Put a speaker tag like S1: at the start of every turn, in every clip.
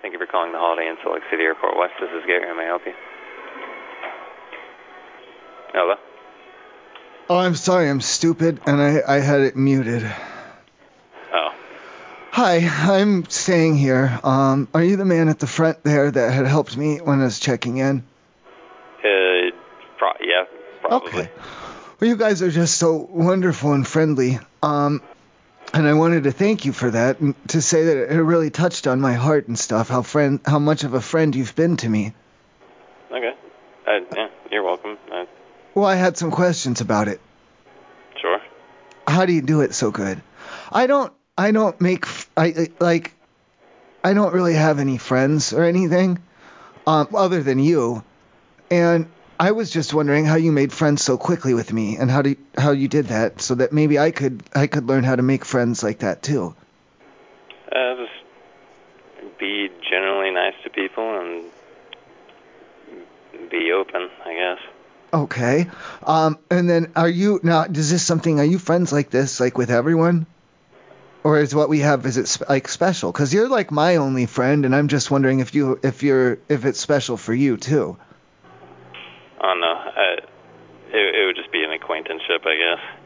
S1: Thank you for calling the Holiday Inn Salt Lake City Airport West. This is Gary. How may I help you? Hello?
S2: Oh, I'm sorry. I'm stupid, and I, I had it muted.
S1: Oh.
S2: Hi, I'm staying here. Um, are you the man at the front there that had helped me when I was checking in?
S1: Uh, pro- yeah, probably.
S2: Okay. Well, you guys are just so wonderful and friendly. Um, and I wanted to thank you for that, and to say that it really touched on my heart and stuff. How friend, how much of a friend you've been to me.
S1: Okay. Uh, yeah, you're welcome. Uh,
S2: Well, I had some questions about it.
S1: sure.
S2: How do you do it so good? I don't, I don't make, f- I I- like, I don't really have any friends or anything, um, other than you. And I was just wondering how you made friends so quickly with me, and how do how you did that, so that maybe I could, I could learn how to make friends like that too.
S1: Uh, just be generally nice to people and be open, I guess.
S2: Okay. Um, and then are you now? Is this something? Are you friends like this, like with everyone, or is what we have is it sp- like special? Because you're like my only friend, and I'm just wondering if you if you're if it's special for you too.
S1: I don't know. I, it, it would just be an acquaintanceship, I guess.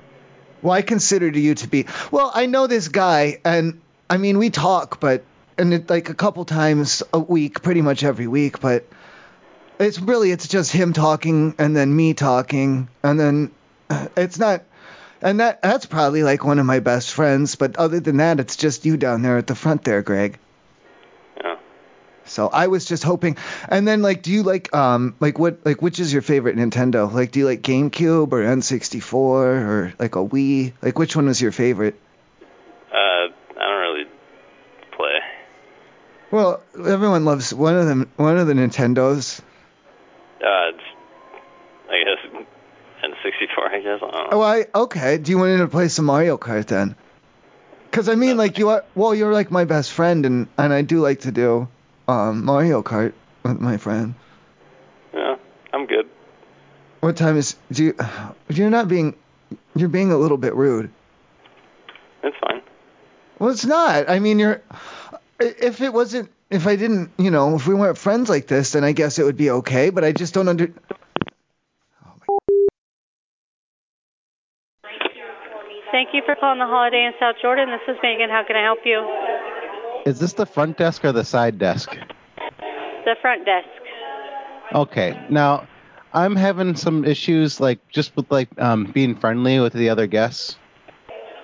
S2: Well, I consider you to be. Well, I know this guy, and I mean we talk, but and it, like a couple times a week, pretty much every week. But it's really it's just him talking, and then me talking, and then uh, it's not. And that that's probably like one of my best friends. But other than that, it's just you down there at the front there, Greg.
S1: Yeah.
S2: So I was just hoping. And then like, do you like um like what like which is your favorite Nintendo? Like, do you like GameCube or N64 or like a Wii? Like, which one was your favorite?
S1: Uh, I don't really play.
S2: Well, everyone loves one of them. One of the Nintendos.
S1: Uh, it's, I guess, N64, I guess. I don't know.
S2: Oh, I okay. Do you want to play some Mario Kart then? Cause I mean, like you are. Well, you're like my best friend, and and I do like to do um Mario Kart with my friend.
S1: Yeah, I'm good.
S2: What time is? Do you? You're not being. You're being a little bit rude.
S1: It's fine.
S2: Well, it's not. I mean, you're. If it wasn't, if I didn't, you know, if we weren't friends like this, then I guess it would be okay. But I just don't under.
S3: Thank you for calling the Holiday Inn South Jordan. This is Megan. How can I help you?
S4: Is this the front desk or the side desk?
S3: The front desk.
S4: Okay. Now, I'm having some issues, like just with like um, being friendly with the other guests.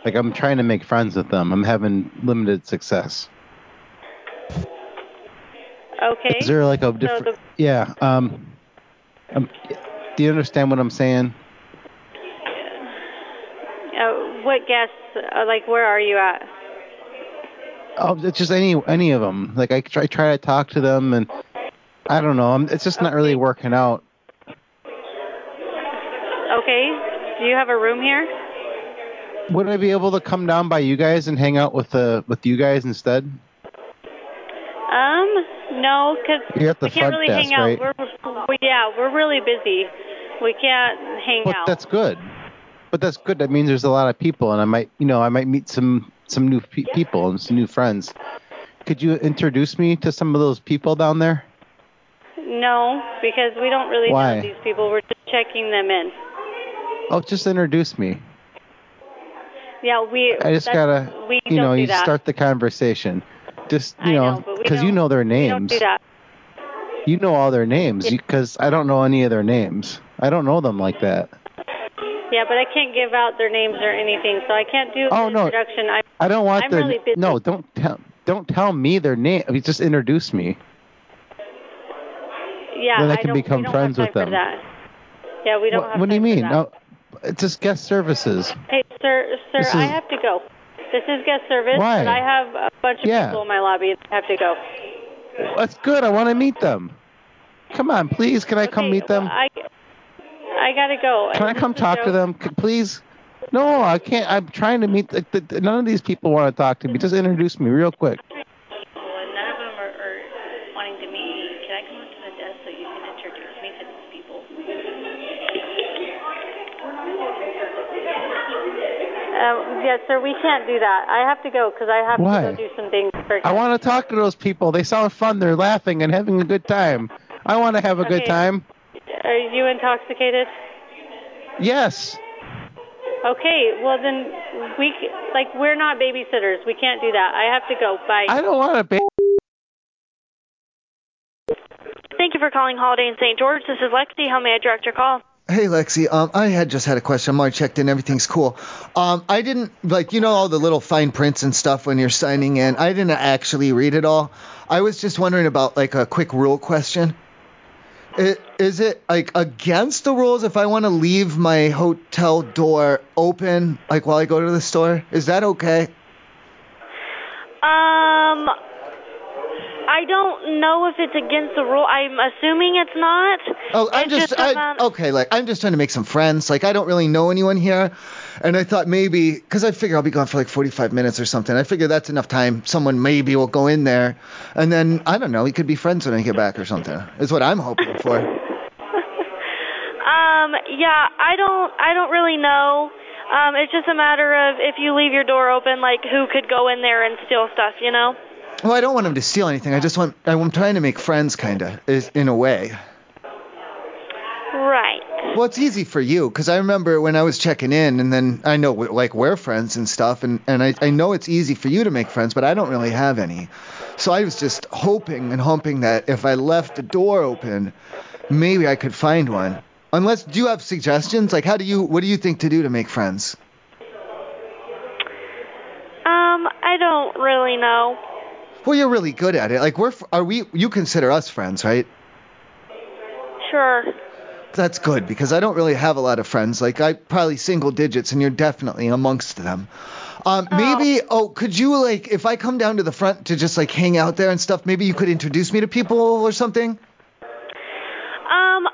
S4: Like I'm trying to make friends with them. I'm having limited success.
S3: Okay.
S4: Is there like a different?
S3: the-
S4: yeah. Um. um, do you understand what I'm saying?
S3: Uh, what guests? Uh, like, where are you at?
S4: Oh, it's just any any of them. Like I try try to talk to them, and I don't know. I'm, it's just not really working out.
S3: Okay. Do you have a room here?
S4: Would I be able to come down by you guys and hang out with the with you guys instead?
S3: Um, no, 'cause
S4: You're at the
S3: we can't
S4: front
S3: really
S4: desk,
S3: hang out.
S4: right?
S3: We're, we, yeah, we're really busy. We can't hang
S4: But
S3: out.
S4: that's good. But that's good. That means there's a lot of people, and I might, you know, I might meet some some new pe- people and some new friends. Could you introduce me to some of those people down there?
S3: No, because we don't really
S4: Why?
S3: know these people. We're just checking them in.
S4: Oh, just introduce me.
S3: Yeah, we.
S4: I just
S3: that's-
S4: gotta,
S3: We
S4: you
S3: don't
S4: know,
S3: do
S4: you
S3: that.
S4: start the conversation. Just,
S3: I
S4: you
S3: know, but we
S4: because you
S3: don't-
S4: know their
S3: we don't
S4: names.
S3: do that.
S4: You know all their names
S3: Yeah.
S4: because I don't know any of their names. I don't know them like that.
S3: Yeah, but I can't give out their names or anything, so I can't do
S4: Oh,
S3: an
S4: no.
S3: introduction. I,
S4: I don't want
S3: I'm
S4: their
S3: really busy.
S4: no. Don't tell don't tell me their name. I mean, just introduce me.
S3: yeah,
S4: Then I can
S3: don't, we
S4: become
S3: don't
S4: friends
S3: have
S4: with
S3: time
S4: them.
S3: For that. Yeah, we don't
S4: what
S3: have
S4: what do you
S3: time for
S4: mean?
S3: that.
S4: No, it's just guest services.
S3: Hey, sir, sir,
S4: This
S3: I
S4: is-
S3: have to go. This is guest service,
S4: Why?
S3: but I have a bunch of
S4: Yeah.
S3: people in my lobby. I have to go.
S4: That's good. I want to meet them. Come on, please. Can I come
S3: Okay,
S4: meet them?
S3: well, I, I gotta go.
S4: Can I
S3: This
S4: come
S3: is
S4: talk
S3: Joe.
S4: to them, C- please? No, I can't. I'm trying to meet. The, the, the- none of these people want to talk to me. Just introduce me real quick.
S5: people, and none of them are, are wanting to meet me. Can I come up to the desk so you can introduce me to these people?
S3: Um, yes, sir, we can't do that. I have to go because I have
S4: Why?
S3: to go do some things. Perfect.
S4: I want to talk to those people. They sound fun. They're laughing and having a good time. I want to have a good
S3: Okay.
S4: time.
S3: Are you intoxicated?
S4: Yes.
S3: Okay, well then we c like we're not babysitters. We can't do that. I have to go. Bye.
S4: I don't want to be.
S6: Thank you for calling Holiday in St. George. This is Lexi. How may I direct your call?
S2: Hey Lexi, um, I had just had a question. I'm already checked in. Everything's cool. Um, I didn't like you know all the little fine prints and stuff when you're signing in. I didn't actually read it all. I was just wondering about like a quick rule question. I is it like against the rules if I want to leave my hotel door open like while I go to the store? Is that okay?
S6: Um, I don't know if it's against the rule. I'm assuming it's not.
S2: Oh, I'm
S6: It's
S2: just,
S6: just
S2: I,
S6: about-
S2: okay. Like I'm just trying to make some friends. Like I don't really know anyone here, and I thought maybe because I figure I'll be gone for like 45 minutes or something. I figure that's enough time. Someone maybe will go in there, and then I don't know. We could be friends when I get back or something. Is what I'm hoping for.
S6: Um, yeah, I don't. I don't really know. Um, it's just a matter of if you leave your door open, like who could go in there and steal stuff, you know?
S2: Well, I don't want him to steal anything. I just want I'm trying to make friends, kinda, is in a way.
S6: Right.
S2: Well, it's easy for you because I remember when I was checking in, and then I know like we're friends and stuff, and and I I know it's easy for you to make friends, but I don't really have any. So I was just hoping and hoping that if I left the door open, maybe I could find one. Unless, do you have suggestions? Like, how do you? What do you think to do to make friends?
S6: Um, I don't really know.
S2: Well, you're really good at it. Like, we're f- are we? You consider us friends, right?
S6: Sure.
S2: That's good because I don't really have a lot of friends. Like I probably single digits, and you're definitely amongst them. Um, Maybe oh, could you like if I come down to the front to just like hang out there and stuff? Maybe you could introduce me to people or something.
S6: Um, I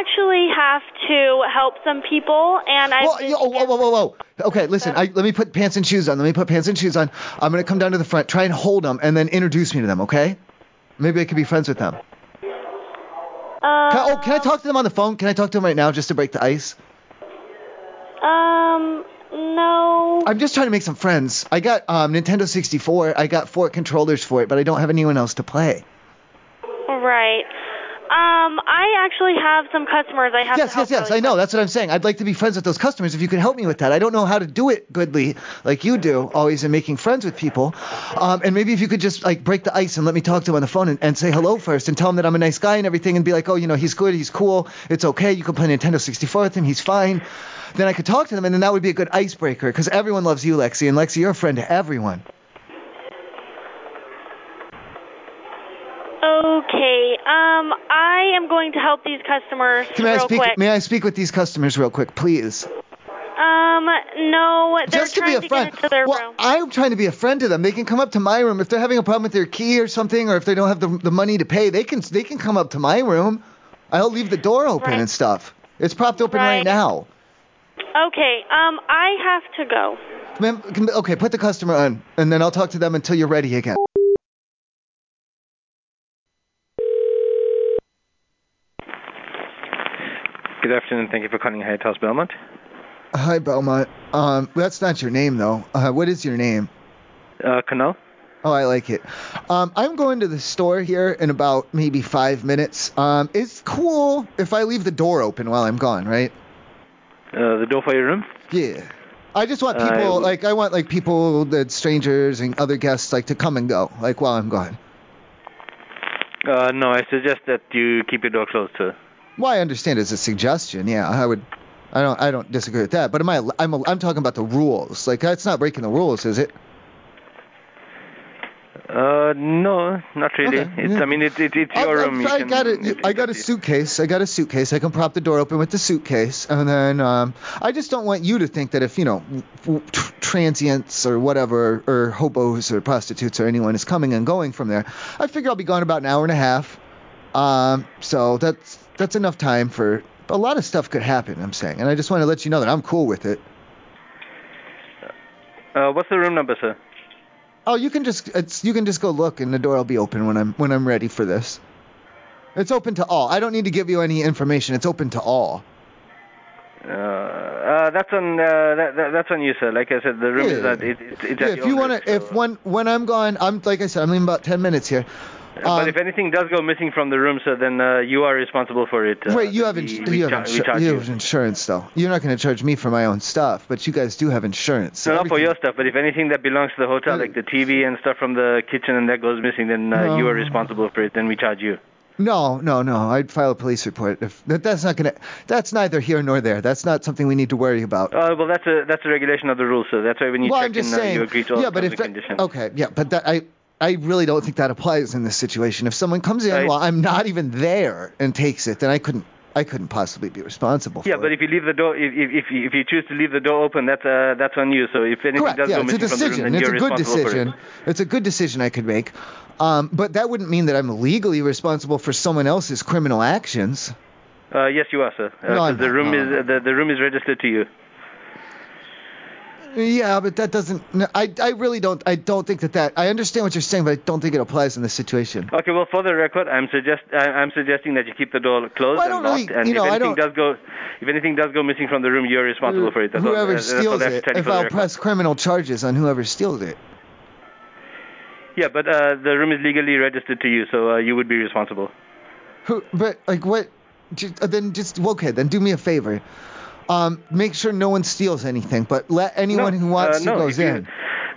S6: actually have to help some people, and I.
S2: Whoa, yo- oh, whoa, whoa, whoa, whoa. Okay, listen. I, let me put pants and shoes on. Let me put pants and shoes on. I'm gonna come down to the front, try and hold them, and then introduce me to them. Okay? Maybe I could be friends with them.
S6: Uh,
S2: Can I, oh, can I talk to them on the phone? Can I talk to them right now just to break the ice?
S6: Um, no.
S2: I'm just trying to make some friends. I got um, Nintendo 64. I got four controllers for it, but I don't have anyone else to play.
S6: Right. Um, I actually have some customers I have
S2: yes,
S6: to help.
S2: yes, yes.
S6: really
S2: I know. That's what I'm saying. I'd like to be friends with those customers if you could help me with that. I don't know how to do it goodly, like you do, always in making friends with people. Um, and maybe if you could just like break the ice and let me talk to them on the phone and, and say hello first and tell them that I'm a nice guy and everything and be like, oh, you know, he's good, he's cool, it's okay. You can play Nintendo 64 with him, he's fine. Then I could talk to them and then that would be a good icebreaker because everyone loves you, Lexi, and Lexi, you're a friend to everyone.
S6: Okay. Um, I am going to help these customers
S2: Can I
S6: real
S2: speak?
S6: quick.
S2: May I speak with these customers real quick, please?
S6: Um, no, they're
S2: Just to be
S6: trying
S2: a friend.
S6: get into their
S2: well,
S6: room.
S2: I'm trying to be a friend to them. They can come up to my room if they're having a problem with their key or something, or if they don't have the, the money to pay. They can they can come up to my room. I'll leave the door open
S6: Right.
S2: and stuff. It's propped open right,
S6: Right.
S2: now.
S6: Okay. Um, I have to go.
S2: Ma'am, can- okay, put the customer on, and then I'll talk to them until you're ready again.
S7: Good afternoon. Thank you for calling Hyatt House Belmont.
S2: Hi, Belmont. Um, that's not your name though. Uh, what is your name?
S7: Uh, Kunal?
S2: Oh, I like it. Um, I'm going to the store here in about maybe five minutes. Um, it's cool if I leave the door open while I'm gone, right?
S7: Uh, the door for your room? Uh,
S2: Yeah. I just want
S7: I-
S2: people like I want like people that strangers and other guests like to come and go like while I'm gone.
S7: Uh, no, I suggest that you keep your door closed, sir.
S2: Well, I understand it's a suggestion. Yeah, I would. I don't. I don't disagree with that. But am I? I'm. I'm talking about the rules. Like that's not breaking the rules, is it?
S7: Uh, no, not really.
S2: Okay,
S7: It's,
S2: yeah.
S7: I mean, it, it, it's
S2: I-
S7: your
S2: I,
S7: room. You
S2: I
S7: can-
S2: got
S7: it's-
S2: a, I got a
S7: it's-
S2: suitcase. I got a suitcase. I can prop the door open with the suitcase, and then um, I just don't want you to think that if you know w- tr- transients or whatever or hobos or prostitutes or anyone is coming and going from there, I figure I'll be gone about an hour and a half. Um, so that's that's enough time for a lot of stuff could happen. I'm saying, and I just want to let you know that I'm cool with it.
S7: Uh, what's the room number, sir?
S2: Oh, you can just it's you can just go look and the door will be open when I'm when I'm ready for this. It's open to all. I don't need to give you any information. It's open to all.
S7: Uh, uh, that's on uh, that, that, that's on you, sir. Like I said, the room is
S2: Yeah.
S7: at it, it's it's
S2: Yeah,
S7: at
S2: if
S7: your
S2: you
S7: place,
S2: want to,
S7: so-
S2: if when when I'm gone, I'm like I said, I'm in about ten minutes here. um,
S7: but if anything does go missing from the room, sir, then uh, you are responsible for it. Uh,
S2: Wait, you have,
S7: we-
S2: ins-
S7: we
S2: you,
S7: char-
S2: have
S7: we
S2: insur-
S7: charge
S2: you
S7: you.
S2: have insurance, though. You're not going to charge me for my own stuff, but you guys do have insurance.
S7: So not for your stuff, but if anything that belongs to the hotel, like the TV and stuff from the kitchen, and that goes missing, then uh, you are
S2: No.
S7: responsible for it. Then we charge you.
S2: No, no, no. I'd file a police report. If that, that's not going to, that's neither here nor there. That's not something we need to worry about.
S7: Uh, well, that's a that's a regulation of the rules, so that's why when you
S2: well,
S7: check
S2: I'm just
S7: in, uh,
S2: saying.
S7: you agree to all
S2: yeah,
S7: the
S2: but if
S7: terms and
S2: that,
S7: conditions.
S2: okay, yeah, but that I. I really don't think that applies in this situation. If someone comes in
S7: Right.
S2: while I'm not even there and takes it, then I couldn't, I couldn't possibly be responsible.
S7: Yeah, but if you leave the door, if if if you, if you choose to leave the door open, that's uh, that's on you. So if anything
S2: Correct.
S7: does
S2: Yeah,
S7: go
S2: it's a
S7: missing from the room,
S2: decision.
S7: then
S2: It's
S7: you're
S2: a good
S7: responsible
S2: decision.
S7: for it.
S2: It's a good decision I could make. Um, but that wouldn't mean that I'm legally responsible for someone else's criminal actions.
S7: Uh, yes, you are, sir. Uh,
S2: No,
S7: 'cause
S2: I'm
S7: the
S2: not.
S7: room
S2: No,
S7: is
S2: I'm
S7: the, the room is registered to you.
S2: Yeah, but that doesn't. no, I I really don't. I don't think that that. I understand what you're saying, but I don't think it applies in this situation.
S7: Okay, well, for the record, I'm suggest I- I'm suggesting that you keep the door closed
S2: Well, I
S7: and
S2: don't
S7: locked.
S2: really-
S7: and
S2: you know,
S7: if
S2: I
S7: anything
S2: don't-
S7: does go, if anything does go missing from the room, you're responsible for it. That's all-
S2: whoever
S7: uh, that's all
S2: steals
S7: I have to
S2: it,
S7: tell you
S2: if
S7: for the
S2: I'll
S7: record.
S2: press criminal charges on whoever steals it.
S7: Yeah, but uh, the room is legally registered to you, so uh, you would be responsible.
S2: Who? But like what? Just, uh, then just well, okay. Then do me a favor. Um, make sure no one steals anything, but let anyone who wants
S7: uh,
S2: to
S7: no,
S2: goes
S7: if you-
S2: in.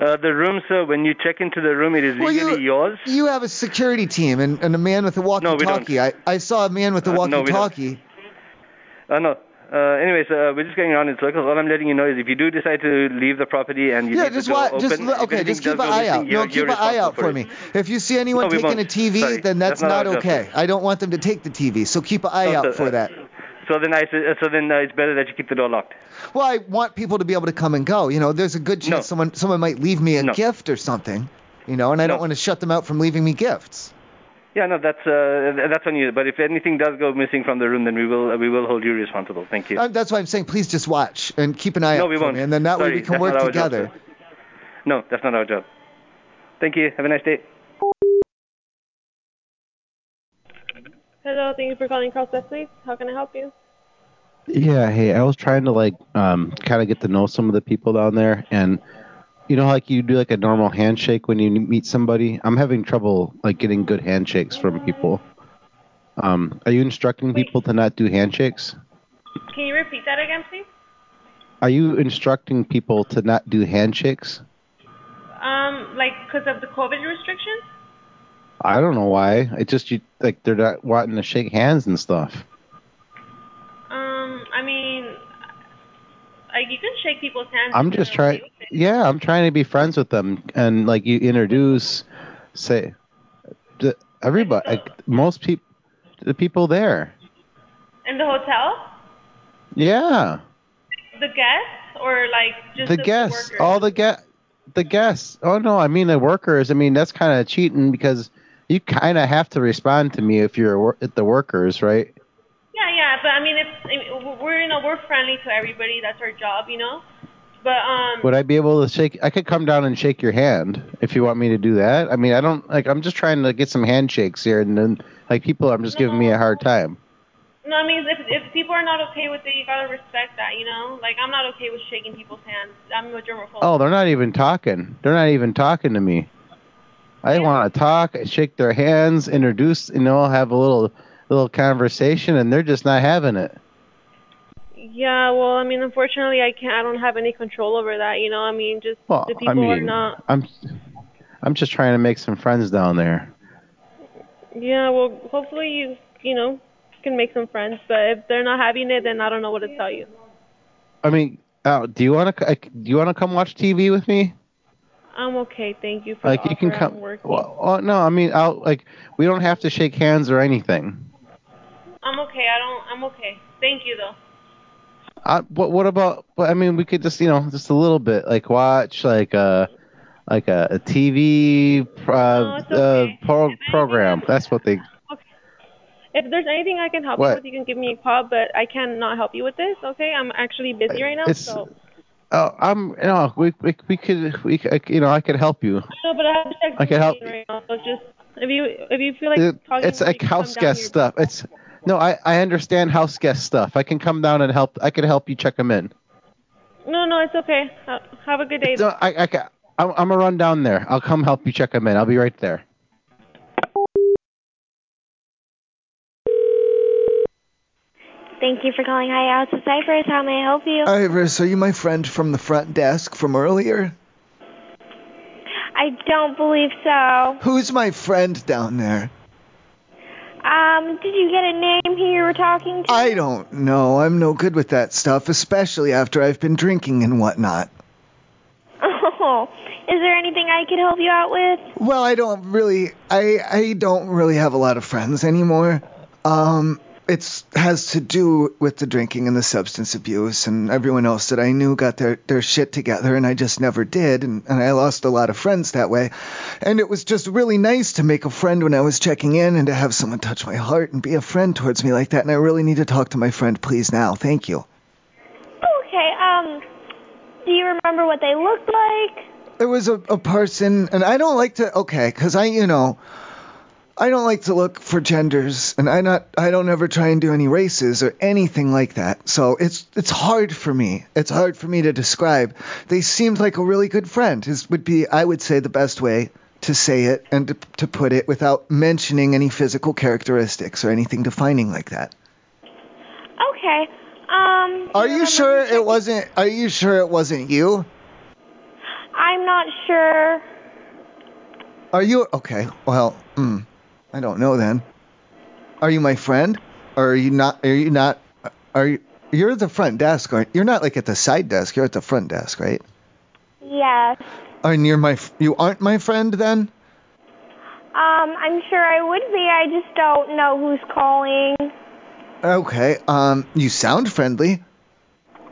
S7: Uh, the room, sir, when you check into the room, it is
S2: Well, you-
S7: legally yours.
S2: You have a security team and, and a man with a walkie-talkie. I, I saw a man with a
S7: Uh, no, we don't.
S2: walkie-talkie.
S7: Uh, no. Uh, anyways, uh, we're just going around in circles. All I'm letting you know is if you do decide to leave the property and you
S2: yeah,
S7: leave
S2: just
S7: the door
S2: what?
S7: open,
S2: Just
S7: if
S2: li- okay.
S7: anything
S2: Just keep an
S7: does go
S2: eye
S7: missing,
S2: out.
S7: you're-
S2: No, keep
S7: you're
S2: an eye out
S7: responsible
S2: for
S7: it.
S2: me. If you see anyone
S7: No, we
S2: taking
S7: won't.
S2: a TV,
S7: Sorry.
S2: then that's,
S7: That's not our
S2: not
S7: job.
S2: okay. I don't want them to take the TV, so keep an eye
S7: No,
S2: out
S7: sir,
S2: for
S7: uh,
S2: that.
S7: So then, I, su- uh, so then uh, it's better that you keep the door locked.
S2: Well, I want people to be able to come and go. You know, there's a good chance
S7: No.
S2: someone someone might leave me a
S7: No.
S2: gift or something. You know, and I
S7: No.
S2: don't want to shut them out from leaving me gifts.
S7: Yeah, no, that's uh, th- that's on you. But if anything does go missing from the room, then we will uh, we will hold you responsible. Thank you.
S2: Uh, That's why I'm saying, please just watch and keep an eye
S7: No,
S2: out
S7: we
S2: for
S7: won't.
S2: me, and then that
S7: Sorry,
S2: way we can
S7: that's
S2: work
S7: not our job,
S2: together.
S7: sir. no, that's not our job. Thank you. Have a nice day.
S8: Hello, thank you for calling Crosswest Suites. How can I help you?
S4: Yeah, hey, I was trying to like um kind of get to know some of the people down there and you know like you do like a normal handshake when you meet somebody. I'm having trouble like getting good handshakes from people. Um are you instructing people to not do handshakes?
S8: Can you repeat that again, please?
S4: Are you instructing people to not do handshakes?
S8: Um, like, because of the COVID restrictions?
S4: I don't know why. It just you like they're not wanting to shake hands and stuff.
S8: Um, I mean, like, you can shake people's hands.
S4: I'm just trying Yeah, I'm trying to be friends with them and like you introduce say the, everybody like most people the people there.
S8: In the hotel?
S4: Yeah.
S8: The guests? Or, like, just
S4: the
S8: the
S4: guests,
S8: workers?
S4: all the guest, the guests. Oh no, I mean the workers. I mean that's kind of cheating because you kind of have to respond to me if you're wor- at the workers, right?
S8: Yeah, yeah, but I mean, it's I mean, we're you know we're friendly to everybody. That's our job, you know. But um,
S4: Would I be able to shake? I could come down and shake your hand if you want me to do that. I mean I don't like. I'm just trying to get some handshakes here, and then like people are just giving me a hard time.
S8: no, I mean if if people are not okay with it, you gotta respect that, you know. Like I'm not okay with shaking people's hands. I'm a germaphobe.
S4: Oh, they're not even talking. They're not even talking to me. I want to talk, shake their hands, introduce, you know, have a little little conversation, and they're just not having it.
S8: Yeah, well, I mean, unfortunately, I can't. I don't have any control over that, you know. I mean, just
S4: Well,
S8: the people
S4: I
S8: are
S4: mean,
S8: not.
S4: I'm I'm just trying to make some friends down there.
S8: Yeah, well, hopefully you you know can make some friends. But if they're not having it, then I don't know what to tell you.
S4: I mean, uh, do you want to do you want to come watch TV with me?
S8: I'm okay. Thank you for
S4: Like
S8: the
S4: you can
S8: offer,
S4: come.
S8: I'm working.
S4: Well, oh, no, I mean, I'll like we don't have to shake hands or anything.
S8: I'm okay. I don't. I'm okay. Thank you though.
S4: I, what what about? But I mean, we could just you know just a little bit like watch like a like a, a TV uh, uh, pro- program. That's what they.
S8: If there's anything I can help
S4: What?
S8: you with, you can give me a call. But I cannot help you with this. Okay, I'm actually busy right now.
S4: It's-
S8: so
S4: Oh, I'm you know we we, we could we could- you know I could help you.
S8: no, but I have to check
S4: I can help-
S8: right now. So just if you if you feel like
S4: It-
S8: talking,
S4: it's like house guest stuff. It's No, I, I understand house guest stuff. I can come down and help. I could help you check them in.
S8: No, no, it's okay. Uh, Have a good day.
S4: No, I, I, ca- I'm, I'm gonna run down there. I'll come help you check them in. I'll be right there.
S9: Thank you for calling High Out to Cypress. How may I help you?
S2: Iris, are you my friend from the front desk from earlier?
S9: I don't believe so.
S2: Who's my friend down there?
S9: Um, did you get a name who you were talking to?
S2: I don't know. I'm no good with that stuff, especially after I've been drinking and whatnot.
S9: Oh, is there anything I could help you out with?
S2: Well, I don't really I I don't really have a lot of friends anymore. Um it's has to do with the drinking and the substance abuse and everyone else that I knew got their their shit together and I just never did and, and I lost a lot of friends that way. And it was just really nice to make a friend when I was checking in and to have someone touch my heart and be a friend towards me like that and I really need to talk to my friend please now. Thank you.
S9: Okay, um, do you remember what they looked like?
S2: It was a, a person, and I don't like to. Okay, because I, you know, I don't like to look for genders, and I not, I don't ever try and do any races or anything like that. So it's it's hard for me. It's hard for me to describe. They seemed like a really good friend. Is would be, I would say, the best way to say it and to, to put it without mentioning any physical characteristics or anything defining like that.
S9: Okay, um,
S2: Are you sure it wasn't? Are you sure it wasn't you?
S9: I'm not sure.
S2: Are you okay? Well, mm, I don't know then. Are you my friend, or are you not? Are you not? Are you? You're at the front desk, aren't you're not like at the side desk. You're at the front desk, right?
S9: Yes.
S2: And you're my. You aren't my friend then.
S9: Um, I'm sure I would be. I just don't know who's calling.
S2: Okay. Um, you sound friendly.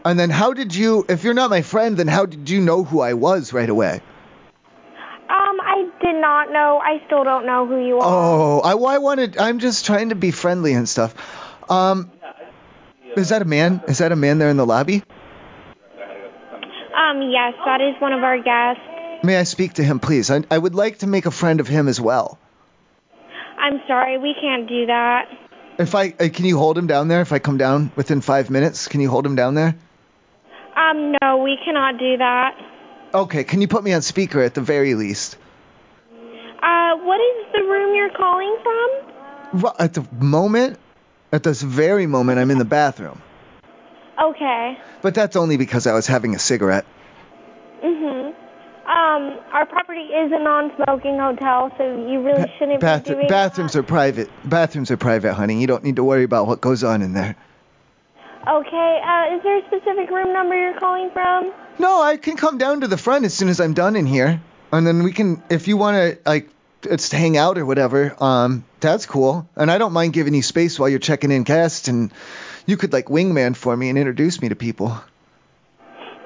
S2: And then how did you? If you're not my friend, then how did you know who I was right away?
S9: Um, I did not know. I still don't know who you are.
S2: Oh, I, well, I wanted. I'm just trying to be friendly and stuff. Um, is that a man? Is that a man there in the lobby?
S9: Um, yes, that is one of our guests.
S2: May I speak to him, please? I, I would like to make a friend of him as well.
S9: I'm sorry, we can't do that.
S2: If I uh, can, you hold him down there. If I come down within five minutes, can you hold him down there?
S9: Um, no, we cannot do that.
S2: Okay. Can you put me on speaker at the very least?
S9: Uh, what is the room you're calling from?
S2: Ru- At the moment, at this very moment, I'm in the bathroom.
S9: Okay.
S2: But that's only because I was having a cigarette.
S9: Mhm. Um, our property is a non-smoking hotel, so you really shouldn't
S2: Bath-
S9: be doing.
S2: bathrooms are private. Bathrooms are private, honey. You don't need to worry about what goes on in there.
S9: Okay. Uh, is there a specific room number you're calling from?
S2: No, I can come down to the front as soon as I'm done in here, and then we can, if you want to, like, just hang out or whatever. Um, that's cool, and I don't mind giving you space while you're checking in guests, and you could like wingman for me and introduce me to people.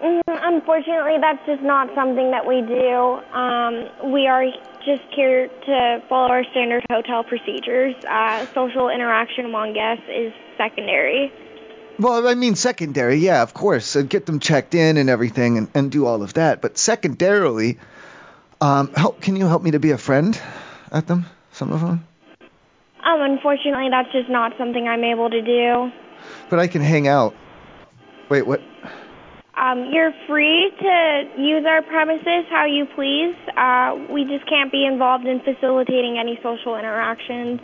S9: Mm, unfortunately, that's just not something that we do. Um, we are just here to follow our standard hotel procedures. Uh, social interaction among guests is secondary.
S2: Well, I mean secondary, yeah, of course. I'd get them checked in and everything, and, and do all of that. But secondarily, um, help, can you help me to be a friend at them? Some of them.
S9: Um, unfortunately, that's just not something I'm able to do.
S2: But I can hang out. Wait, what?
S9: Um, you're free to use our premises how you please. Uh, we just can't be involved in facilitating any social interactions.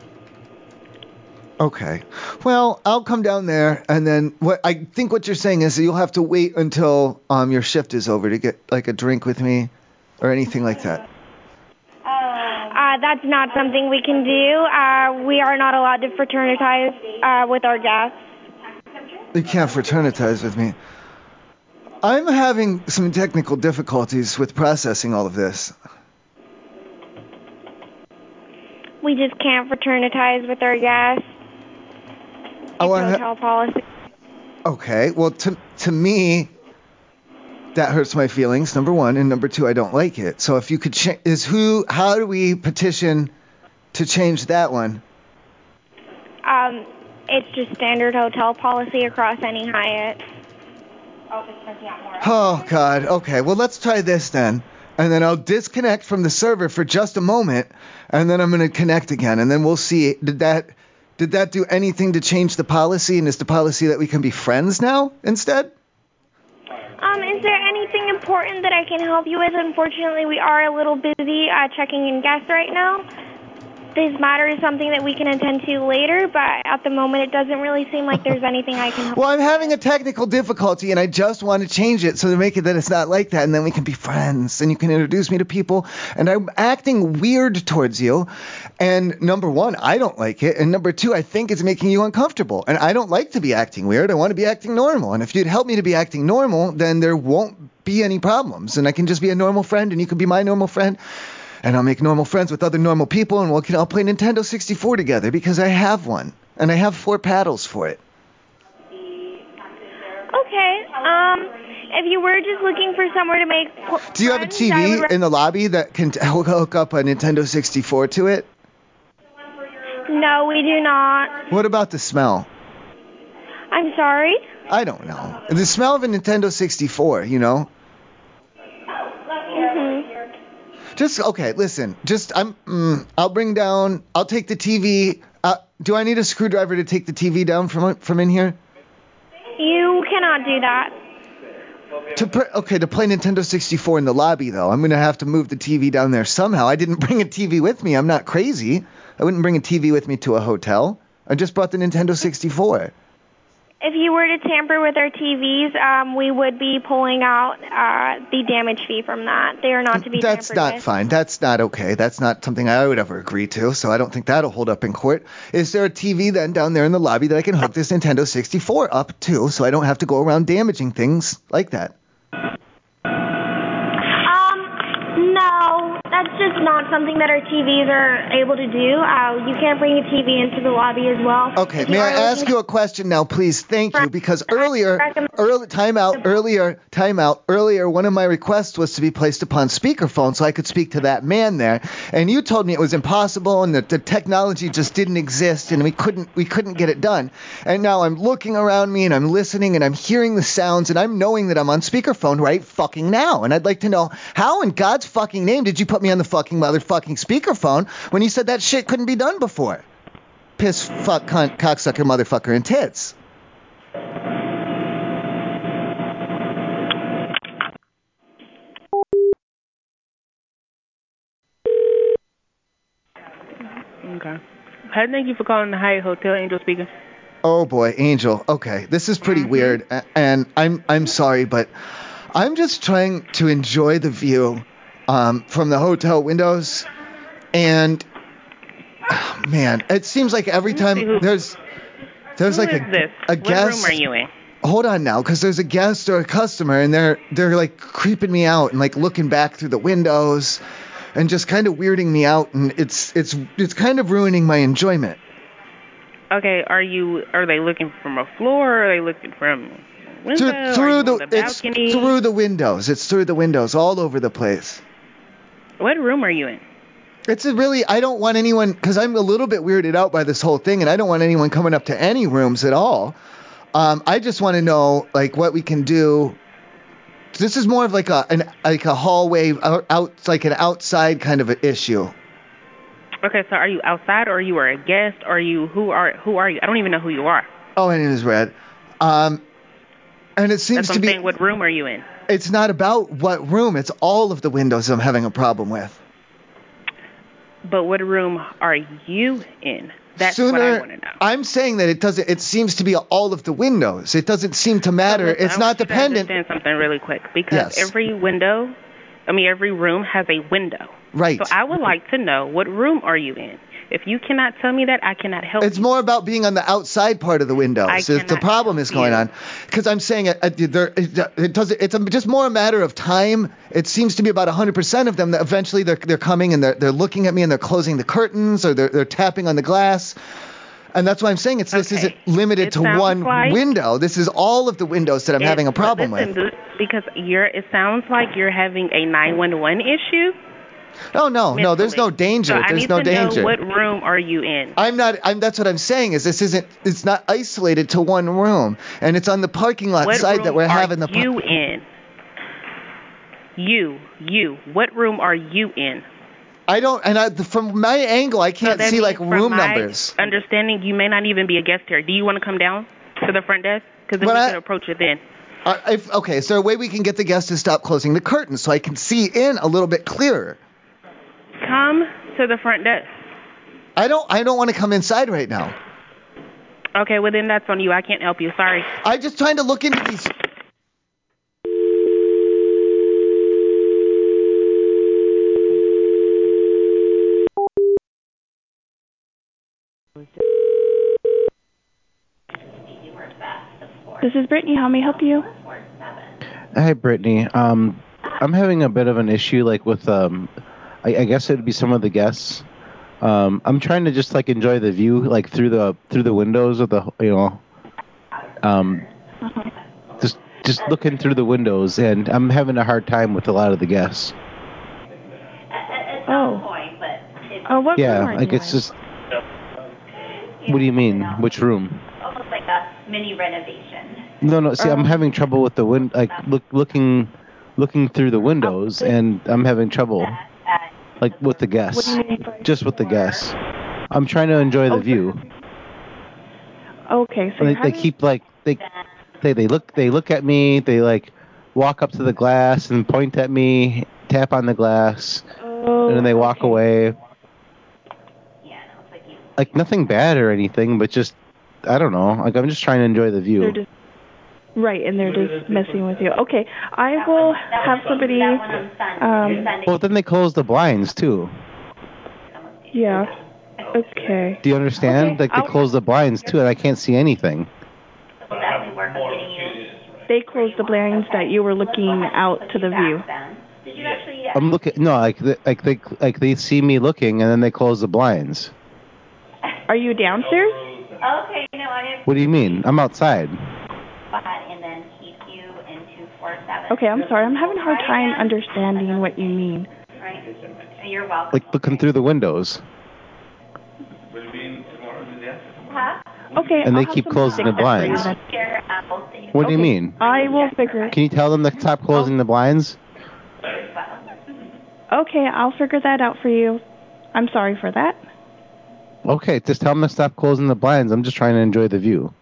S2: Okay. Well, I'll come down there, and then what I think what you're saying is that you'll have to wait until um your shift is over to get like a drink with me, or anything like that.
S9: Uh, that's not something we can do. Uh, we are not allowed to fraternize uh, with our guests.
S2: You can't fraternize with me. I'm having some technical difficulties with processing all of this.
S9: We just can't fraternize with our guests.
S2: I want.
S9: Hotel policy.
S2: Okay. Well, to to me, that hurts my feelings. Number one, and number two, I don't like it. So if you could, cha- is who? How do we petition to change that one?
S9: Um, it's just standard hotel policy across any Hyatt. Oh, it's printing out more.
S2: Oh God. Okay. Well, let's try this then, and then I'll disconnect from the server for just a moment, and then I'm gonna connect again, and then we'll see. Did that? Did that do anything to change the policy? And is the policy that we can be friends now instead?
S9: Um, is there anything important that I can help you with? Unfortunately, we are a little busy uh, checking in guests right now. This matter is something that we can attend to later, but at the moment, it doesn't really seem like there's anything I can help.
S2: Well, I'm having a technical difficulty and I just want to change it so to make it that it's not like that and then we can be friends and you can introduce me to people and I'm acting weird towards you. And number one, I don't like it. And number two, I think it's making you uncomfortable. And I don't like to be acting weird. I want to be acting normal. And if you'd help me to be acting normal, then there won't be any problems. And I can just be a normal friend and you can be my normal friend. And I'll make normal friends with other normal people and we'll can all play Nintendo 64 together because I have one. And I have four paddles for it.
S9: Okay. Um, if you were just looking for somewhere to make,
S2: Do you have a TV in the lobby that can t- hook up a Nintendo 64 to it?
S9: no, we do not.
S2: What about the smell?
S9: I'm sorry.
S2: I don't know. The smell of a Nintendo 64, you know?
S9: Mm-hmm.
S2: Just, okay, listen. Just, I'm, mm, I'll bring down, I'll take the TV. Uh, do I need a screwdriver to take the TV down from, from in here?
S9: You cannot do that.
S2: To pr- okay, to play Nintendo 64 in the lobby though, I'm gonna have to move the TV down there somehow. I didn't bring a TV with me. I'm not crazy. I wouldn't bring a TV with me to a hotel. I just brought the Nintendo 64.
S9: If you were to tamper with our TVs, um, we would be pulling out uh, the damage fee from that. They are not to be
S2: That's
S9: tampered
S2: not
S9: with.
S2: fine. That's not okay. That's not something I would ever agree to. So I don't think that'll hold up in court. Is there a TV then down there in the lobby that I can hook this Nintendo 64 up to, so I don't have to go around damaging things like that?
S9: Um, no, that's just not something that our TVs are able to do. Uh, you can't bring a TV into the lobby as well.
S2: Okay, may I ask you a question now, please? Thank you, because earlier, early timeout, earlier timeout, earlier, one of my requests was to be placed upon speakerphone so I could speak to that man there, and you told me it was impossible and that the technology just didn't exist and we couldn't we couldn't get it done. And now I'm looking around me and I'm listening and I'm hearing the sounds and I'm knowing that I'm on speakerphone right fucking now, and I'd like to know how in God's fucking name did you put me on the fucking motherfucking speakerphone when you said that shit couldn't be done before? piss, fuck, cunt, cocksucker, motherfucker, and tits.
S10: Okay. Hi, thank you for calling the Hyatt Hotel. Angel speaking.
S2: Oh boy, Angel. Okay, this is pretty
S10: Mm-hmm.
S2: weird, a- and I'm I'm sorry, but I'm just trying to enjoy the view um, from the hotel windows, and ah, man, it seems like every time there's there's
S10: Who
S2: like
S10: is this?
S2: a, a
S10: what
S2: guest.
S10: room are you in?
S2: hold on now because there's a guest or a customer and they're they're like creeping me out and like looking back through the windows and just kind of weirding me out and it's it's it's kind of ruining my enjoyment
S10: Okay, are you? Are they looking from a floor? Or are they looking from a window?
S2: Through-
S10: Are you
S2: through
S10: on
S2: the,
S10: the
S2: it's
S10: balcony?
S2: through the windows it's through the windows all over the place
S10: What room are you in?
S2: it's a really i don't want anyone because i'm a little bit weirded out by this whole thing and i don't want anyone coming up to any rooms at all um, i just want to know like what we can do this is more of like a an like a hallway out, out like an outside kind of an issue
S10: Okay, so are you outside or you are a guest? Or are you who are who are you? I don't even know who you are.
S2: Oh, and it is red. Um, and it seems
S10: That's what
S2: to
S10: I'm
S2: be.
S10: saying. What room are you in?
S2: It's not about what room. It's all of the windows I'm having a problem with.
S10: But what room are you in? That's
S2: Sooner,
S10: what I want to
S2: I'm saying that it doesn't. It seems to be all of the windows. It doesn't seem to matter.
S10: Listen,
S2: it's
S10: I
S2: not
S10: want you to
S2: dependent.
S10: Understand something really quick because
S2: Yes.
S10: every window, I mean every room has a window.
S2: Right.
S10: So I would like to know what room are you in. If you cannot tell me that, I cannot help.
S2: It's more about being on the outside part of the windows.
S10: I
S2: It's- the
S10: cannot
S2: problem is going on because I'm saying it, it, there- it, it does. It's just more a matter of time. It seems to be about 100% of them that eventually they're they're coming and they're they're looking at me and they're closing the curtains or they're they're tapping on the glass. And that's why I'm saying it's this isn't limited
S10: It
S2: to
S10: sounds
S2: one
S10: like-
S2: window. This is all of the windows that I'm
S10: It-
S2: having a problem
S10: listen,
S2: with.
S10: l- Because you're, it sounds like you're having a 911 issue.
S2: Oh no, no, there's no
S10: mentally.
S2: danger.
S10: So I
S2: there's
S10: need
S2: no
S10: to
S2: danger.
S10: Know what room are you in?
S2: I'm not. I'm. That's what I'm saying. Is this isn't? It's not isolated to one room, and it's on the parking lot
S10: What
S2: side that
S10: room
S2: we're
S10: are
S2: having the.
S10: you in? You, you. What room are you in?
S2: I don't, and I, from my angle, I can't
S10: that
S2: see like
S10: means
S2: room
S10: from my
S2: numbers.
S10: Understanding, you may not even be a guest here. Do you want to come down to the front desk? Because then
S2: But
S10: we
S2: I-
S10: can approach it then.
S2: Uh, if, okay, is there a way we can get the guests to stop closing the curtain so I can see in a little bit clearer?
S10: Come to the front desk.
S2: I don't, I don't want to come inside right now.
S10: Okay, well then that's on you. I can't help you. Sorry.
S2: I'm just trying to look into these.
S11: This is Brittany. How may I help you?
S4: Hi, Brittany. Um, I'm having a bit of an issue, like with um, I, I guess it'd be some of the guests. Um, I'm trying to just like enjoy the view, like through the through the windows of the, you know, um, just just looking through the windows, and I'm having a hard time with a lot of the guests.
S11: Oh. Uh, what
S4: yeah,
S11: room are
S4: like
S11: you
S4: it's just. What do you mean? Which room?
S12: Almost like a mini renovation.
S4: No, no. See,
S11: Um,
S4: I'm having trouble with the wind, like look, looking, looking through the windows, and I'm having trouble, like with the
S11: Um, What do
S4: guests,
S11: you mean by- Oh,
S4: just with the guests. I'm trying to enjoy the view.
S11: in? Okay, so
S4: They,
S11: you're
S4: they
S11: having,
S4: keep like they, they, they look, they look at me. They like walk up to the glass and point at me, tap on the glass, and
S11: Oh,
S4: then they walk away. Like nothing bad or anything, but just I don't know. Like I'm just trying to enjoy the view.
S11: they're just right, and they're just messing with you. Okay, I will have somebody. Um,
S4: Well, then they close the blinds too.
S11: yeah. Okay.
S4: Do you understand?
S11: Okay,
S4: like they
S11: I'll-
S4: close the blinds too, and I can't see anything.
S11: They closed the blinds that you were looking out to the view.
S12: Did you actually?
S4: I'm looking. No, like they, like they like they see me looking, and then they close the blinds.
S11: Are you downstairs?
S12: Okay, no, I am
S4: What do you mean? I'm outside.
S12: flat and then PQ and 247.
S11: Okay, I'm sorry. I'm having a hard time understanding what you mean.
S12: Right? You're welcome.
S4: Like looking through the windows,
S12: Will you be in tomorrow in the
S11: Okay.
S4: and they
S11: I'll have
S4: keep
S11: somebody
S4: closing the
S11: fix that for you
S4: blinds.
S11: then.
S4: What do you mean?
S11: I will figure.
S4: Can you tell them to stop closing the blinds?
S11: Okay, I'll figure that out for you. I'm sorry for that.
S4: Okay, just tell them to stop closing the blinds. I'm just trying to enjoy the view.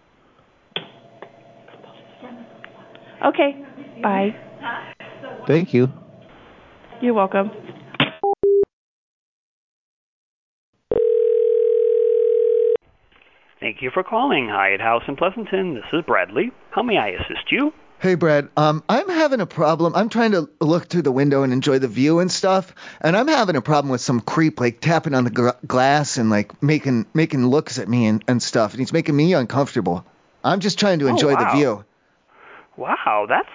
S11: Okay. Bye.
S4: Thank you.
S11: You're welcome.
S13: Thank you for calling Hyatt House in Pleasanton. This is Bradley. How may I assist you?
S2: Hey, Brad. Um, I'm having a problem. I'm trying to look through the window and enjoy the view and stuff, and I'm having a problem with some creep like tapping on the gr- glass and like making making looks at me and, and stuff, and he's making me uncomfortable. I'm just trying to
S13: Oh,
S2: enjoy
S13: wow.
S2: the view.
S13: Wow, that's.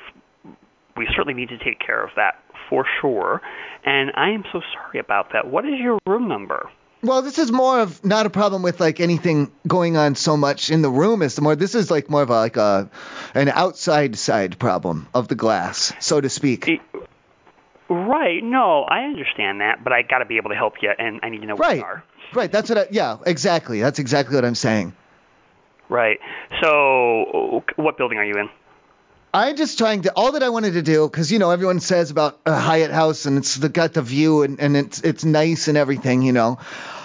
S13: We certainly need to take care of that for sure. And I am so sorry about that. What is your room number?
S2: Well, this is more of not a problem with like anything going on so much in the room as the more this is like more of a, like a an outside side problem of the glass, so to speak.
S13: E Right, no, I understand that, but I got to be able to help you, and I need to know what
S2: Right.
S13: they are.
S2: Right, that's what I, yeah, exactly. That's exactly what I'm saying.
S13: Right. So, what building are you in?
S2: I'm just trying to all that I wanted to do because you know everyone says about a Hyatt House and it's the, got the view and, and it's it's nice and everything you know.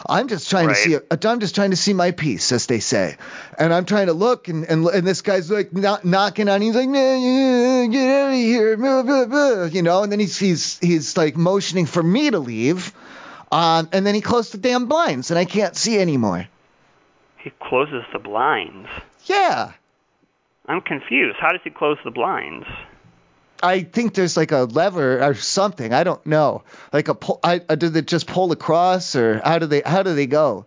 S2: I'm just trying to see a, I'm just trying to see my piece as they say, and I'm trying to look and and, and this guy's like knock, knocking on he's like "Nah, yeah, get out of here blah, blah, blah," you know and then he's he's he's like motioning for me to leave, um and then he closed the damn blinds and I can't see anymore.
S13: He closes the blinds.
S2: Yeah.
S13: I'm confused. How does he close the blinds?
S2: I think there's like a lever or something. I don't know. Like a pull. I, uh, do they just pull across or how do they how do they go?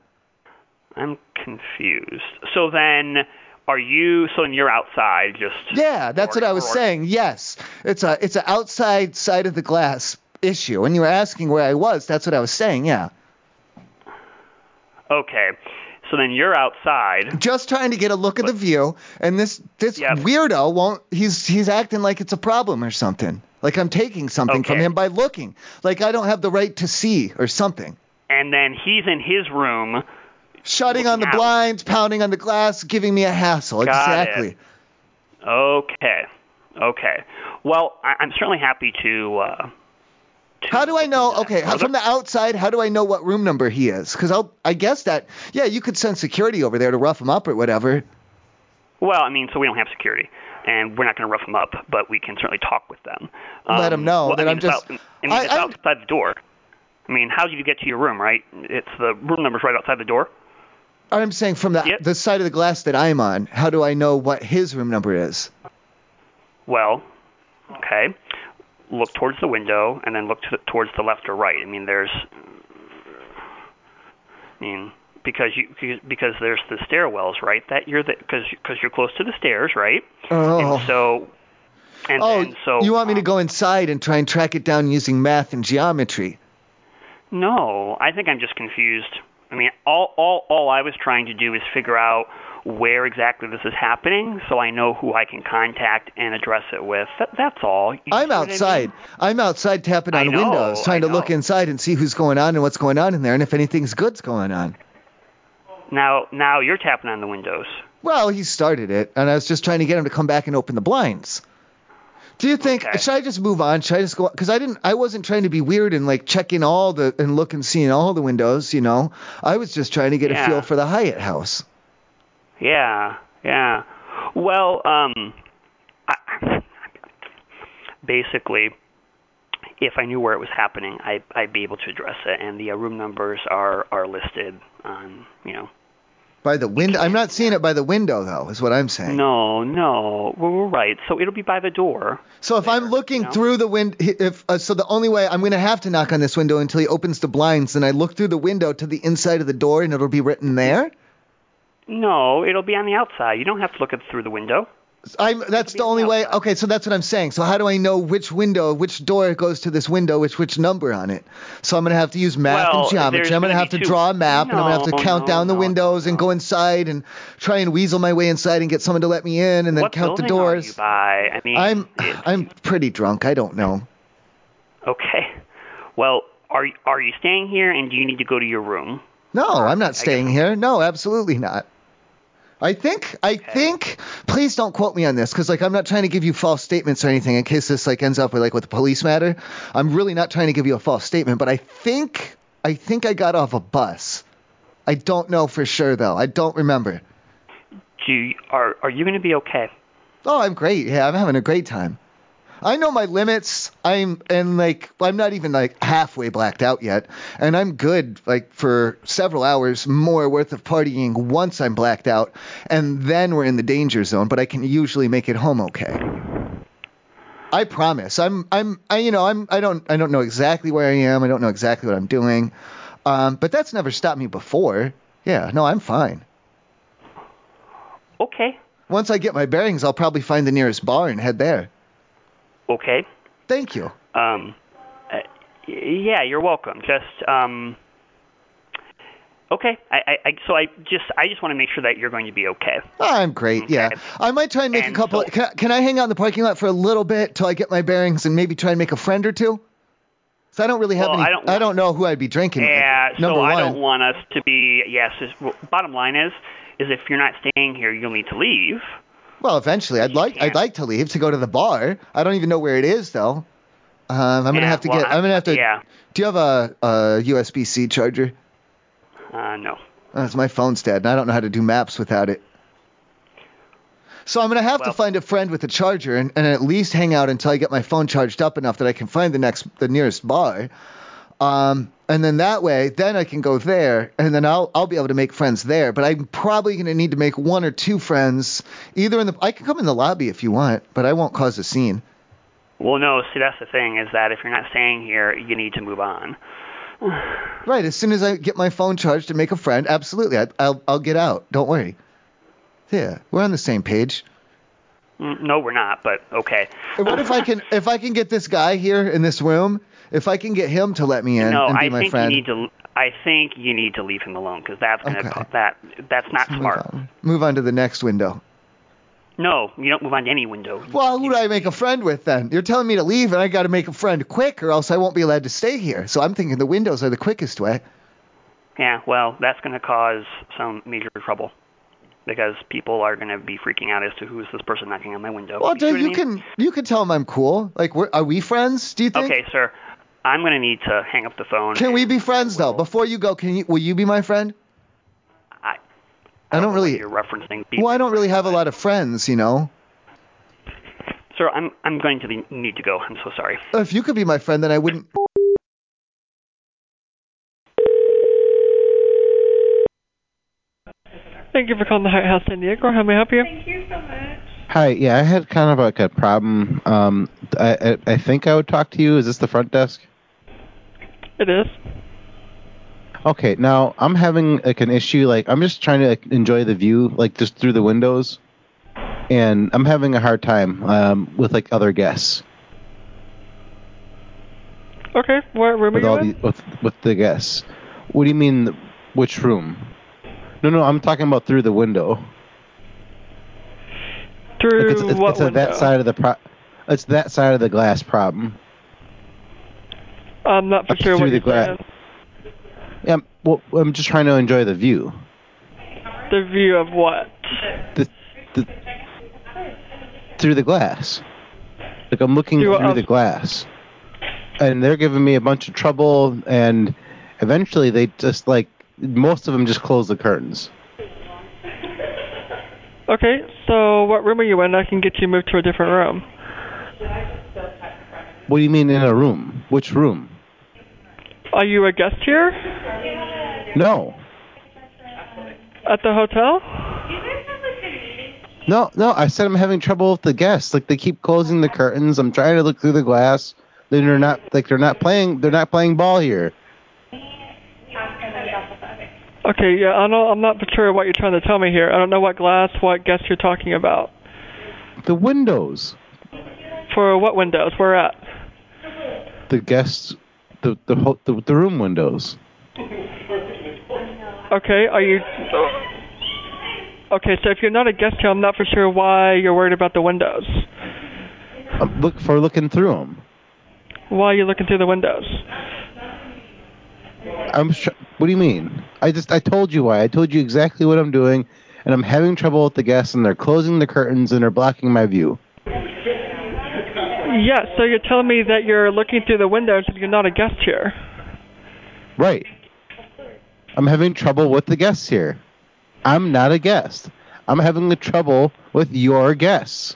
S13: I'm confused. So then, are you? So then you're outside, just
S2: Yeah, that's what I was saying. Yes, it's a it's an outside side of the glass issue. When you were asking where I was, that's what I was saying. Yeah,
S13: okay. So then you're outside.
S2: just trying to get a look at the view, and this this weirdo won't. He's he's acting like it's a problem or something. Like I'm taking something from him by looking. Like I don't have the right to see or something.
S13: and then he's in his room.
S2: Shutting on the
S13: Looking out.
S2: blinds, pounding on the glass, giving me a hassle.
S13: Got it.
S2: exactly.
S13: Okay, okay. Well, I- I'm certainly happy to uh,
S2: How do I know? Okay, how, from the outside, how do I know what room number he is? Because I'll, I guess that, yeah, you could send security over there to rough him up or whatever.
S13: Well, I mean, so we don't have security, and we're not going to rough them up, but we can certainly talk with them. Um,
S2: Let 'em know
S13: well,
S2: that
S13: I mean,
S2: I'm just-
S13: It's, out, I mean,
S2: I-
S13: it's
S2: I'm-
S13: outside the door. I mean, how do you get to your room, right? It's the room number's right outside the door.
S2: I'm saying from the, the side of the glass that I'm on, how do I know what his room number is?
S13: Well, okay. Look towards the window, and then look to the, towards the left or right. I mean, there's. I mean, because you because there's the stairwells, right? That you're the because because you're close to the stairs, right?
S2: Oh.
S13: And so. And,
S2: oh,
S13: and so um,
S2: you want me to go inside and try and track it down using math and geometry?
S13: No, I think I'm just confused. I mean, all all all I was trying to do is figure out where exactly this is happening, so I know who I can contact and address it with. That, that's all. You
S2: I'm
S13: see what I mean?
S2: outside. I am outside tapping on
S13: I know,
S2: windows, trying to look inside and see who's going on and what's going on in there and if anything's good's going on.
S13: Now now you're tapping on the windows.
S2: Well, he started it, and I was just trying to get him to come back and open the blinds. Do you think should I just move on? Should I just go? Because I didn't, I wasn't trying to be weird and like check in all the and look and see in all the windows. You know, I was just trying to get
S13: Yeah.
S2: a feel for the Hyatt house.
S13: Yeah, yeah. Well, um, I, basically, if I knew where it was happening, I, I'd be able to address it, and the uh, room numbers are are listed on you know
S2: By the window, I'm not seeing it by the window though. Is what I'm saying.
S13: No, no, we're we're right. So it'll be by the door.
S2: So if I'm looking through the wind, if uh, so, the only way I'm gonna have to knock on this window until he opens the blinds, then I look through the window to the inside of the door, and it'll be written there.
S13: No, it'll be on the outside. You don't have to look it through the window.
S2: I'm, that's the only way. Okay, so that's what I'm saying. So how do I know which window, which door goes to this window, which which number on it? So I'm gonna have to use math
S13: Well,
S2: and
S13: there's
S2: geometry. I'm gonna
S13: gonna
S2: have
S13: be
S2: to
S13: two-
S2: draw a map, and I'm gonna have
S13: No,
S2: to count
S13: no,
S2: down the windows and go inside and try and weasel my way inside and get someone to let me in, and then
S13: what
S2: count the
S13: building are
S2: doors.
S13: you by? I mean,
S2: I'm I'm pretty drunk. I don't know.
S13: okay. Well, are you- are you staying here, and do you need to go to your room?
S2: No, I'm not staying here. No, absolutely not. I think I think please don't quote me on this cuz like I'm not trying to give you false statements or anything in case this like ends up with like with a police matter. I'm really not trying to give you a false statement, but I think I think I got off a bus. I don't know for sure though. I don't remember.
S13: Do you, are are you going to be okay?
S2: Oh, I'm great. Yeah, I'm having a great time. I know my limits. I'm and like I'm not even like halfway blacked out yet, and I'm good like for several hours more worth of partying once I'm blacked out, and then we're in the danger zone. But I can usually make it home okay. I promise. I'm I'm I you know I'm I don't I don't know exactly where I am. I don't know exactly what I'm doing, um, but that's never stopped me before. Yeah, no, I'm fine.
S13: Okay.
S2: Once I get my bearings, I'll probably find the nearest bar and head there.
S13: Okay.
S2: Thank you.
S13: Um, uh, y- yeah, you're welcome. Just um, okay. I, I, I so I just I just want to make sure that you're going to be okay.
S2: Oh, I'm great. Yeah, I might try and make a couple. can, I- can I hang out in the parking lot for a little bit till I get my bearings and maybe try and make a friend or two? So I don't really have
S13: Well,
S2: any.
S13: I don't
S2: know who I'd be drinking
S13: Yeah,
S2: with. Number
S13: so
S2: one.
S13: I don't want us to be. Yes. is- well, bottom line is, is if you're not staying here, you'll need to leave.
S2: well, eventually, I'd like I'd like to leave to go to the bar. I don't even know where it is though. Um, I'm gonna
S13: Yeah,
S2: have to
S13: well,
S2: get. I'm gonna have to.
S13: yeah.
S2: Do you have a, a USB-C charger?
S13: Uh, no.
S2: Oh, it's my phone's dead, and I don't know how to do maps without it. So I'm gonna have to find a friend with a charger and, and at least hang out until I get my phone charged up enough that I can find the next the nearest bar. Um, and then that way, then I can go there, and then I'll I'll be able to make friends there. But I'm probably gonna need to make one or two friends either in the I can come in the lobby if you want, but I won't cause a scene.
S13: Well, no. See, that's the thing is that if you're not staying here, you need to move on.
S2: Right, as soon as I get my phone charged and make a friend, absolutely, I, I'll I'll get out. Don't worry. Yeah, we're on the same page.
S13: Mm, No, we're not. But okay.
S2: And What if I can if I can get this guy here in this room? If I can get him to let me in
S13: no,
S2: and be
S13: I
S2: my
S13: think
S2: friend,
S13: you need to. I think you need to leave him alone because that's gonna
S2: Okay.
S13: co- that that's not smart.
S2: move on to the next window.
S13: No, you don't move on to any window.
S2: Well, who do I make a friend with then? You're telling me to leave, and I got to make a friend quick, or else I won't be allowed to stay here. So I'm thinking the windows are the quickest way.
S13: Yeah, well, that's gonna cause some major trouble because people are gonna be freaking out as to who is this person knocking on my window.
S2: Well,
S13: you see
S2: dude,
S13: what I
S2: you
S13: mean?
S2: can you can tell him I'm cool. Like, we're, are we friends? Do you think?
S13: Okay, sir. I'm going to need to hang up the phone.
S2: Can we be friends though? Before you go, can you? Will you be my friend?
S13: I,
S2: I don't really.
S13: You're referencing. people.
S2: Well, I don't really have a lot of friends, you know.
S13: Sir, I'm I'm going to be, need to go. I'm so sorry.
S2: If you could be my friend, then I wouldn't.
S14: Thank you for calling the Hyatt House San Diego. How may I help you?
S4: Hi, yeah, I had kind of like a problem. Um, I, I I think I would talk to you. Is this the front desk?
S14: It is.
S4: Okay, now I'm having like an issue. Like I'm just trying to like, enjoy the view, like just through the windows, and I'm having a hard time um, with like other guests.
S14: Okay, what room are
S4: with
S14: you
S4: all
S14: in?
S4: the with, with the guests. What do you mean? Which room? No, no, I'm talking about through the window.
S14: Through
S4: Like, it's, it's,
S14: what
S4: it's a that
S14: window?
S4: side of the pro- It's that side of the glass problem.
S14: I'm not for sure what
S4: through the
S14: you're
S4: glass. Yeah, I'm- well, I'm just trying to enjoy the view.
S14: saying. The view of what?
S4: The, the, through the glass. Like I'm looking
S14: Through um,
S4: through,
S14: what else?
S4: the glass. And they're giving me a bunch of trouble and eventually they just like most of them just close the curtains.
S14: Okay, so what room are you in? I can get you moved to a different room.
S4: What do you mean in a room? Which room?
S14: Are you a guest here
S4: No.
S14: at the hotel?
S4: No, no, I said I'm having trouble with the guests. Like they keep closing the curtains. I'm trying to look through the glass. They're not like they're not playing they're not playing ball here.
S14: Okay, yeah, I know I'm not for sure what you're trying to tell me here. I don't know what glass, what guest you're talking about.
S4: The windows.
S14: For what windows? Where at?
S4: The guests the the ho- the, the room windows.
S14: Okay, are you? Okay, so if you're not a guest here, I'm not for sure why you're worried about the windows.
S4: I'm Um, look for looking through them.
S14: Why are you looking through the windows?
S4: I'm. Sh- what do you mean? I just. I told you why. I told you exactly what I'm doing, and I'm having trouble with the guests, and they're closing the curtains, and they're blocking my view.
S14: Yeah, so you're telling me that you're looking through the windows and you're not a guest here.
S4: Right. I'm having trouble with the guests here. I'm not a guest. I'm having the trouble with your guests.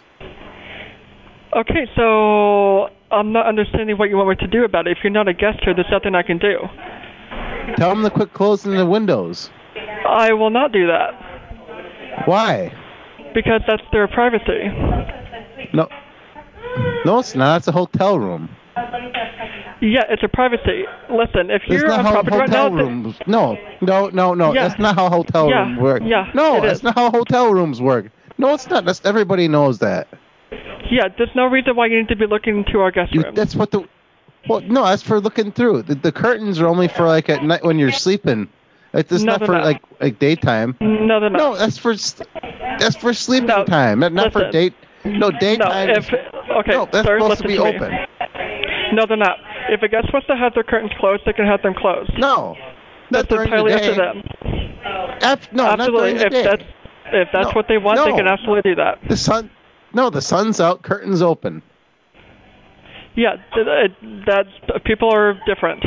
S14: Okay, so I'm not understanding what you want me to do about it. If you're not a guest here, there's nothing I can do.
S4: Tell them to quit closing the windows.
S14: I will not do that
S4: Why?
S14: because that's their privacy.
S4: No. No, it's not. It's a hotel room.
S14: Yeah, it's a privacy. Listen, if
S4: That's
S14: you're
S4: not
S14: on
S4: how
S14: property right now,
S4: hotel
S14: th-
S4: rooms. No, no, no, no.
S14: Yeah.
S4: That's not how hotel
S14: Yeah,
S4: rooms work.
S14: yeah,
S4: no,
S14: it
S4: that's
S14: is.
S4: not how hotel rooms work. No, it's not. That's everybody knows that.
S14: yeah, there's no reason why you need to be looking into our guest room.
S4: That's what the. Well, no, that's for looking through. The, the curtains are only for like at night when you're sleeping. Like, that's
S14: No,
S4: not
S14: they're
S4: for
S14: not.
S4: like like daytime.
S14: No, they're not.
S4: No, that's for s- that's for sleeping time. Not, not for
S14: listen.
S4: date. No, daytime.
S14: No,
S4: is-
S14: if, okay,
S4: no, that's
S14: sir,
S4: supposed to
S14: listen me.
S4: be open.
S14: No, they're not. If a guest wants to have their curtains closed, they can have them closed.
S4: No.
S14: That's
S4: during the
S14: entirely up to
S4: day.
S14: them.
S4: no, not
S14: absolutely.
S4: during the
S14: if
S4: day.
S14: that's if that's
S4: No,
S14: what they want, they
S4: no.
S14: can absolutely do that.
S4: The sun. No, the sun's out. Curtains open.
S14: Yeah, th- it, that's people are different.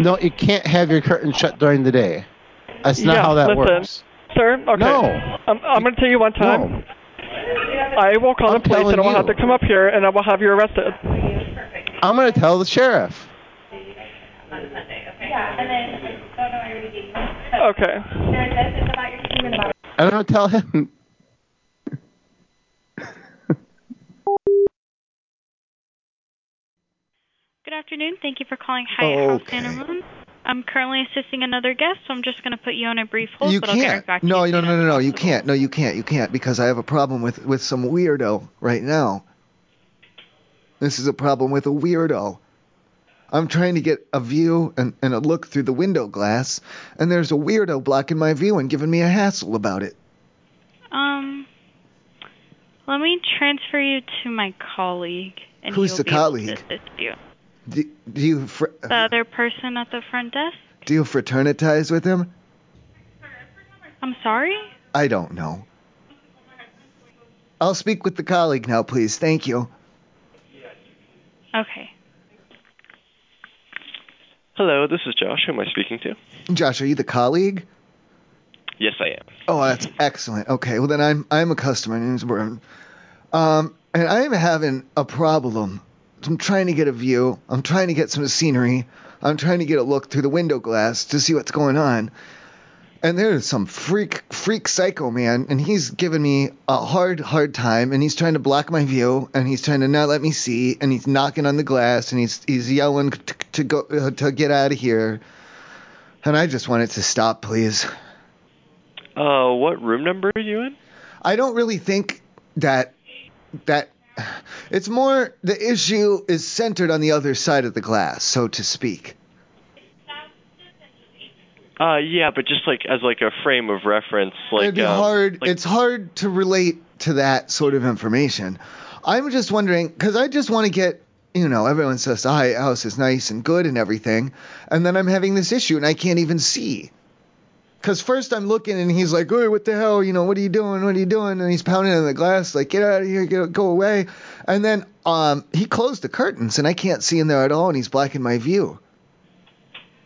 S4: No, you can't have your curtain shut during the day. That's not
S14: yeah,
S4: how that
S14: listen.
S4: works.
S14: Sir, okay.
S4: No.
S14: I'm, I'm going to tell you one time. I will call the police and I will have to come up here and I will have you arrested.
S4: I'm gonna tell the sheriff.
S14: Okay.
S4: I'm gonna tell him.
S15: Good afternoon. Thank you for calling Hyatt House Santa Moon. I'm currently assisting another guest, so I'm just going to put you on a brief hold,
S2: you
S15: but I'll get right
S2: can't.
S15: back to you.
S2: no, no, no, no, no. You can't. No, you can't. You can't because I have a problem with with some weirdo right now. This is a problem with a weirdo. I'm trying to get a view and, and a look through the window glass, and there's a weirdo blocking my view and giving me a hassle about it.
S15: Um, let me transfer you to my colleague. And
S2: Who's
S15: he'll
S2: the
S15: be able
S2: colleague?
S15: To assist you.
S2: Do, do you fr-
S15: The other person at the front desk?
S2: do you fraternize with him?
S15: I'm sorry?
S2: I don't know. I'll speak with the colleague now, please. Thank you.
S15: Okay.
S16: Hello, this is Josh. Who am I speaking to?
S2: Josh, are you the colleague?
S16: Yes, I am.
S2: Oh, that's excellent. Okay, well then I'm I'm a customer. My name's Burton, um, and I'm having a problem. I'm trying to get a view. I'm trying to get some scenery. I'm trying to get a look through the window glass to see what's going on. And there's some freak freak psycho man, and he's giving me a hard hard time, and he's trying to block my view, and he's trying to not let me see, and he's knocking on the glass, and he's he's yelling to, to go uh, to get out of here. And I just want it to stop, please.
S16: Uh, what room number are you in?
S2: I don't really think that that it's more the issue is centered on the other side of the glass, so to speak.
S16: Uh, yeah, but just like as like a frame of reference, like
S2: It'd be
S16: um,
S2: hard. it's hard to relate to that sort of information. I'm just wondering because I just want to get. You know, everyone says the high house is nice and good and everything, and then I'm having this issue and I can't even see. Because first I'm looking and he's like, "Hey, what the hell? You know, what are you doing? What are you doing?" And he's pounding on the glass like, "Get out of here! Get, go away!" And then um, he closed the curtains and I can't see in there at all, and he's blocking my view.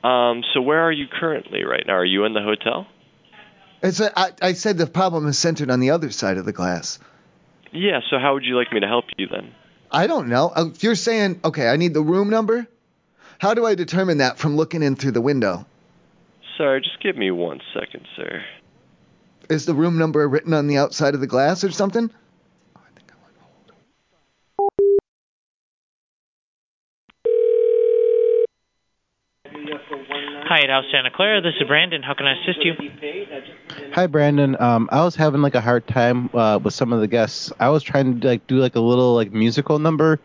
S16: Um, so where are you currently right now? Are you in the hotel?
S2: It's a, I, I said the problem is centered on the other side of the glass.
S16: Yeah. So how would you like me to help you then?
S2: I don't know. Uh, If you're saying, okay, I need the room number, how do I determine that from looking in through the window?
S16: Sorry, just give me one second, sir.
S2: Is the room number written on the outside of the glass or something?
S17: Hi, at House Santa Clara. This is Brandon. How can I assist you?
S4: Hi, Brandon. Um, I was having like a hard time uh, with some of the guests. I was trying to like do like a little like musical number.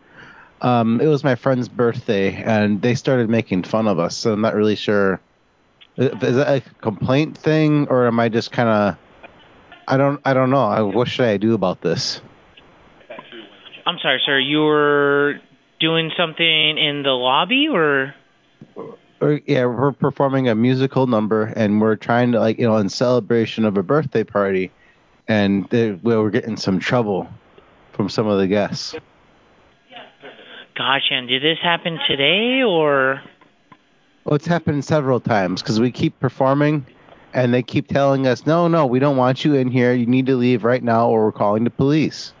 S4: Um, it was my friend's birthday, and they started making fun of us. So I'm not really sure. Is is that like, a complaint thing, or am I just kind of? I don't. I don't know. I, what should I do about this?
S17: I'm sorry, sir. You were doing something in the lobby, or
S4: Or, yeah, we're performing a musical number, and we're trying to like you know in celebration of a birthday party, and they, well, we're getting some trouble from some of the guests.
S17: gosh, and did this happen today, or
S4: Well, it's happened several times because we keep performing, and they keep telling us, "No, no, we don't want you in here. You need to leave right now, or we're calling the police."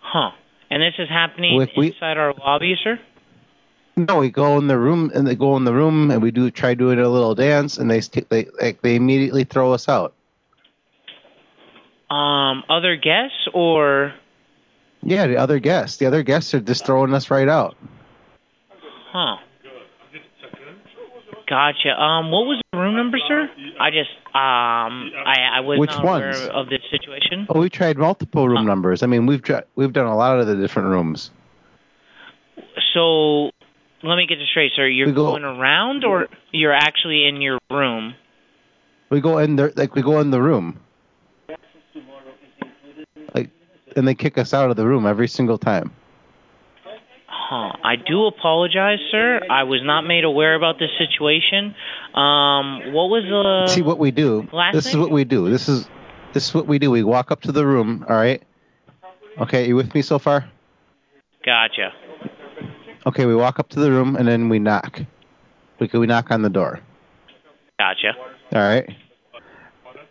S17: huh? And this is happening
S4: Well, if we-
S17: inside our lobby, sir.
S4: No, we go in the room, and they go in the room, and we do try doing a little dance, and they st- they like, they immediately throw us out.
S17: Um, other guests, or
S4: Yeah, the other guests, the other guests are just throwing us right out.
S17: huh? Gotcha. Um, what was the room number, sir? I just um, I I was
S4: Which
S17: not aware
S4: ones?
S17: of this situation.
S4: Oh, we tried multiple room numbers. I mean, we've tri- we've done a lot of the different rooms.
S17: So let me get this straight, sir. You're
S4: We go-
S17: going around, or you're actually in your room?
S4: We go in there, like we go in the room, like, and they kick us out of the room every single time.
S17: Huh. I do apologize, sir. I was not made aware about this situation. Um, what was the?
S4: See what we do.
S17: last
S4: This is
S17: name?
S4: what we do. This is this is what we do. We walk up to the room. All right. Okay, you with me so far?
S17: Gotcha.
S4: Okay, we walk up to the room and then we knock. We we knock on the door.
S17: Gotcha.
S4: All right.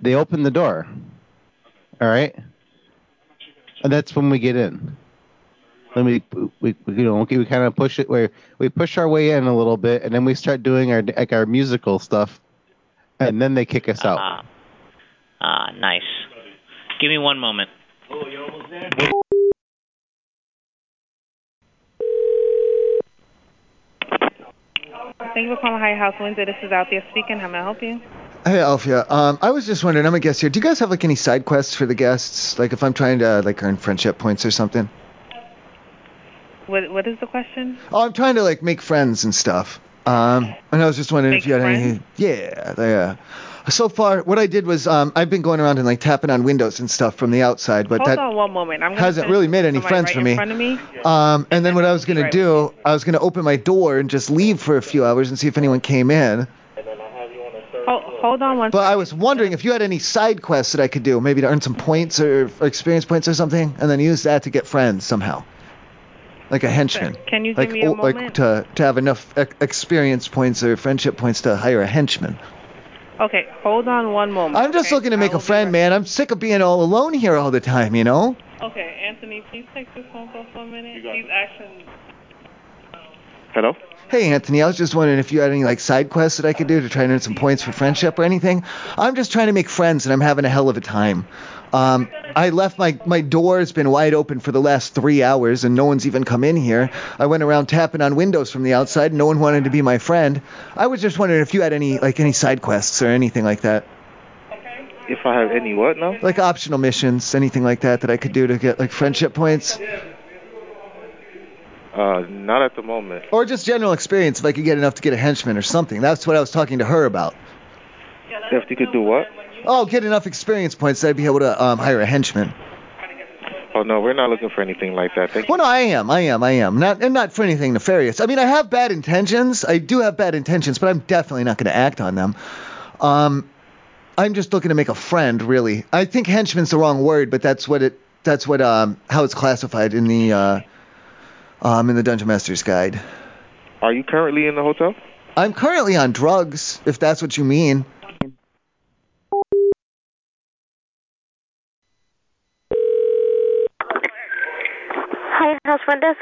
S4: They open the door. All right. And that's when we get in. Then we, we, we you know we kind of push it where we push our way in a little bit and then we start doing our like our musical stuff, and then they kick us out.
S17: Ah. Ah, nice. Give me one moment.
S18: Thank you for calling High House Windsor. This is Althea speaking. How may I help you?
S2: Hey, Alfia. Um, I was just wondering. I'm a guest here. Do you guys have like any side quests for the guests? Like if I'm trying to like earn friendship points or something?
S18: What What is the question?
S2: Oh, I'm trying to like make friends and stuff. Um, and I was just wondering if you had any. Yeah, yeah. So far, what I did was um, I've been going around and like tapping on windows and stuff from the outside, but
S18: Hold
S2: that
S18: on one moment. I'm gonna
S2: hasn't
S18: send
S2: really made any
S18: somebody right
S2: friends for
S18: in
S2: me.
S18: front of me.
S2: Um, and then what I was gonna do, I was gonna open my door and just leave for a few hours and see if anyone came in.
S18: Hold, hold on one.
S2: But I was wondering if you had any side quests that I could do, maybe to earn some points or, or experience points or something, and then use that to get friends somehow. like a henchman.
S5: Can you give
S2: like,
S5: me a
S2: oh, like
S5: moment?
S2: to to have enough e- experience points or friendship points to hire a henchman.
S5: Uh, Okay, hold on one moment.
S2: I'm just looking to make a friend, man. I'm sick of being all alone here all the time, you know.
S5: Okay, Anthony, please take this phone call for a minute. He's actually.
S2: Hello. Hey Anthony, I was just wondering if you had any like side quests that I could do to try and earn some points for friendship or anything. I'm just trying to make friends and I'm having a hell of a time. Um, I left my my door has been wide open for the last three hours and no one's even come in here. I went around tapping on windows from the outside and no one wanted to be my friend. I was just wondering if you had any like any side quests or anything like that,
S19: If I have any what now?
S2: like optional missions, anything like that that I could do to get like friendship points
S19: Uh, not at the moment.
S2: or just general experience if I could get enough to get a henchman or something. That's what I was talking to her about.
S19: If you could do what?
S2: Oh, get enough experience points that I'd be able to um, hire a henchman.
S19: Oh no, we're not looking for anything like that. Thank you.
S2: Well, no, I am, I am, I am. Not and not for anything nefarious. I mean, I have bad intentions. I do have bad intentions, but I'm definitely not going to act on them. Um, I'm just looking to make a friend, really. I think henchman's the wrong word, but that's what it that's what um how it's classified in the uh, um in the Dungeon Master's Guide.
S19: Are you currently in the hotel?
S2: I'm currently on drugs, if that's what you mean.
S20: Hi, House Front Desk.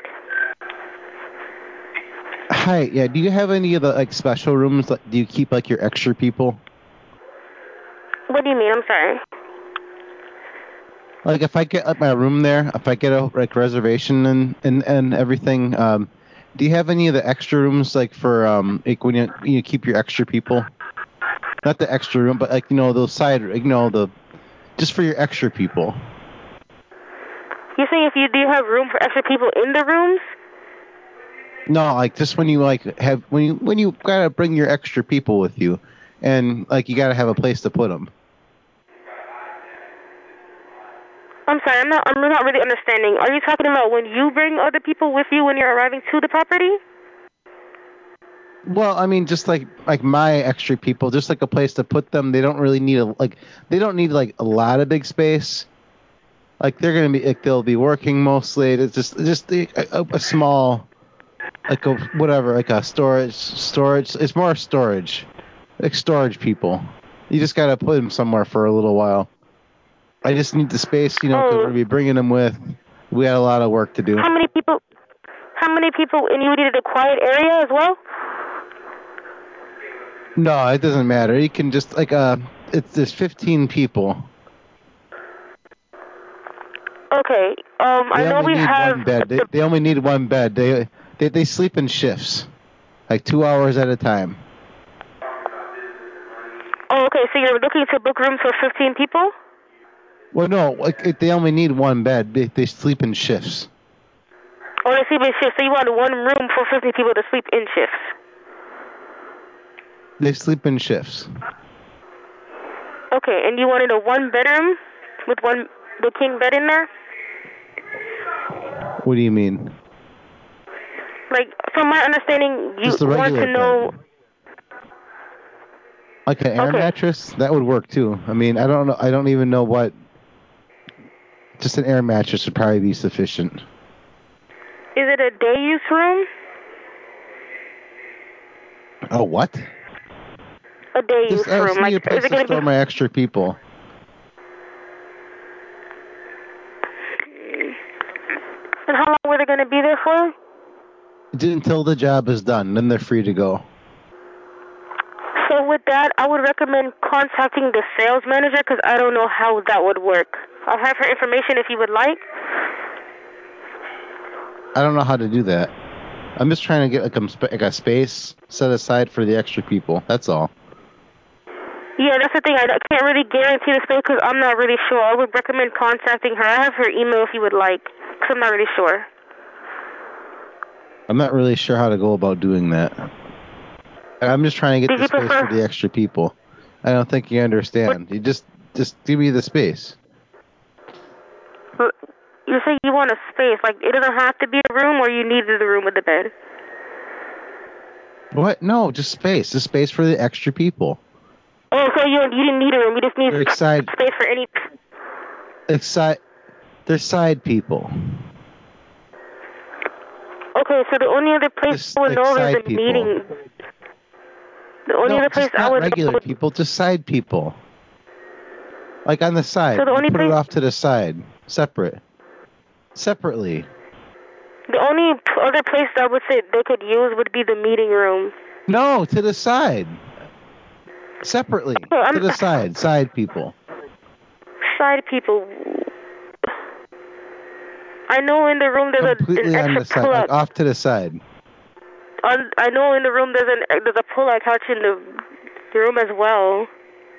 S4: Hi, yeah. Do you have any of the like special rooms? Like, do you keep like your extra people?
S20: What do you mean? I'm sorry.
S4: Like, if I get like my room there, if I get a like reservation and and and everything, um, do you have any of the extra rooms like for um like when you you keep your extra people? Not the extra room, but like you know those side, like, you know the, just for your extra people.
S20: You're saying if you do you have room for extra people in the rooms?
S4: No, like just when you like have when you when you gotta bring your extra people with you, and like you gotta have a place to put them.
S20: I'm sorry, I'm not. I'm not really understanding. Are you talking about when you bring other people with you when you're arriving to the property?
S4: Well, I mean, just like like my extra people, just like a place to put them. They don't really need a like they don't need like a lot of big space. Like they're gonna be like they'll be working mostly. It's just just a, a, a small like a whatever like a storage storage. It's more storage, like storage people. You just gotta put them somewhere for a little while. I just need the space, you know, 'cause we're gonna be bringing them with. We had a lot of work to do.
S20: How many people? How many people? And you needed a quiet area as well.
S4: No, it doesn't matter. You can just like uh, it's there's 15 people.
S20: Okay. Um, I
S4: They
S20: know
S4: only
S20: we
S4: need
S20: have.
S4: one bed. They, they only need one bed. They, they they sleep in shifts, like two hours at a time.
S20: Oh, okay. So you're looking to book rooms for 15 people?
S4: Well, no, like it, they only need one bed. They, they sleep in shifts.
S20: Or to sleep in shifts. So you want one room for 15 people to sleep in shifts.
S4: They sleep in shifts.
S20: Okay. And you wanted a one bedroom with one the king bed in there.
S4: What do you mean?
S20: Like from my understanding, you
S4: Just a
S20: want to
S4: regular
S20: know.
S4: Like an air mattress? That would work too. I mean, I don't know. I don't even know what. Just an air mattress would probably be sufficient.
S20: Is it a day use room?
S4: Oh, what?
S20: A day
S4: Just,
S20: use
S4: I
S20: room.
S4: just need
S20: Like
S4: a place
S20: is it
S4: to
S20: going
S4: store
S20: be?
S4: my extra people.
S20: And how long were they going to be there for?
S4: Until the job is done, then they're free to go.
S20: So with that, I would recommend contacting the sales manager because I don't know how that would work. I'll have her information if you would like.
S4: I don't know how to do that. I'm just trying to get like a, sp- like a space set aside for the extra people. That's all.
S20: Yeah, that's the thing. I can't really guarantee the space because I'm not really sure. I would recommend contacting her. I have her email if you would like because I'm not really sure.
S4: I'm not really sure how to go about doing that. And I'm just trying to get
S20: Did
S4: the
S20: you
S4: space
S20: prefer-
S4: for the extra people. I don't think you understand. You just just give me the space.
S20: L- You say you want a space. Like, it doesn't have to be a room or you needed the room with the bed.
S4: What? No, just space. Just space for the extra people.
S20: Oh, so you, you didn't need a room. You just need
S4: They're excited.
S20: space for any.
S4: Exci- they're side people.
S20: Okay, so the only other place
S4: Just,
S20: I would
S4: like,
S20: know is
S4: side
S20: the
S4: people.
S20: meeting. The only
S4: No,
S20: other place
S4: just
S20: I
S4: not
S20: would
S4: regular
S20: know.
S4: people, just side people. Like on the side.
S20: So the
S4: You
S20: only
S4: put it
S20: place-
S4: off to the side, separate, separately.
S20: The only p- other place that I would say they could use would be the meeting room.
S4: No, to the side, separately, to the side, side people.
S20: Side people. I know in the room there's a,
S4: Completely
S20: an
S4: on
S20: extra
S4: the side, like
S20: plug.
S4: off to the side.
S20: On, I know in the room there's an there's a pull-out couch in the, the room as well.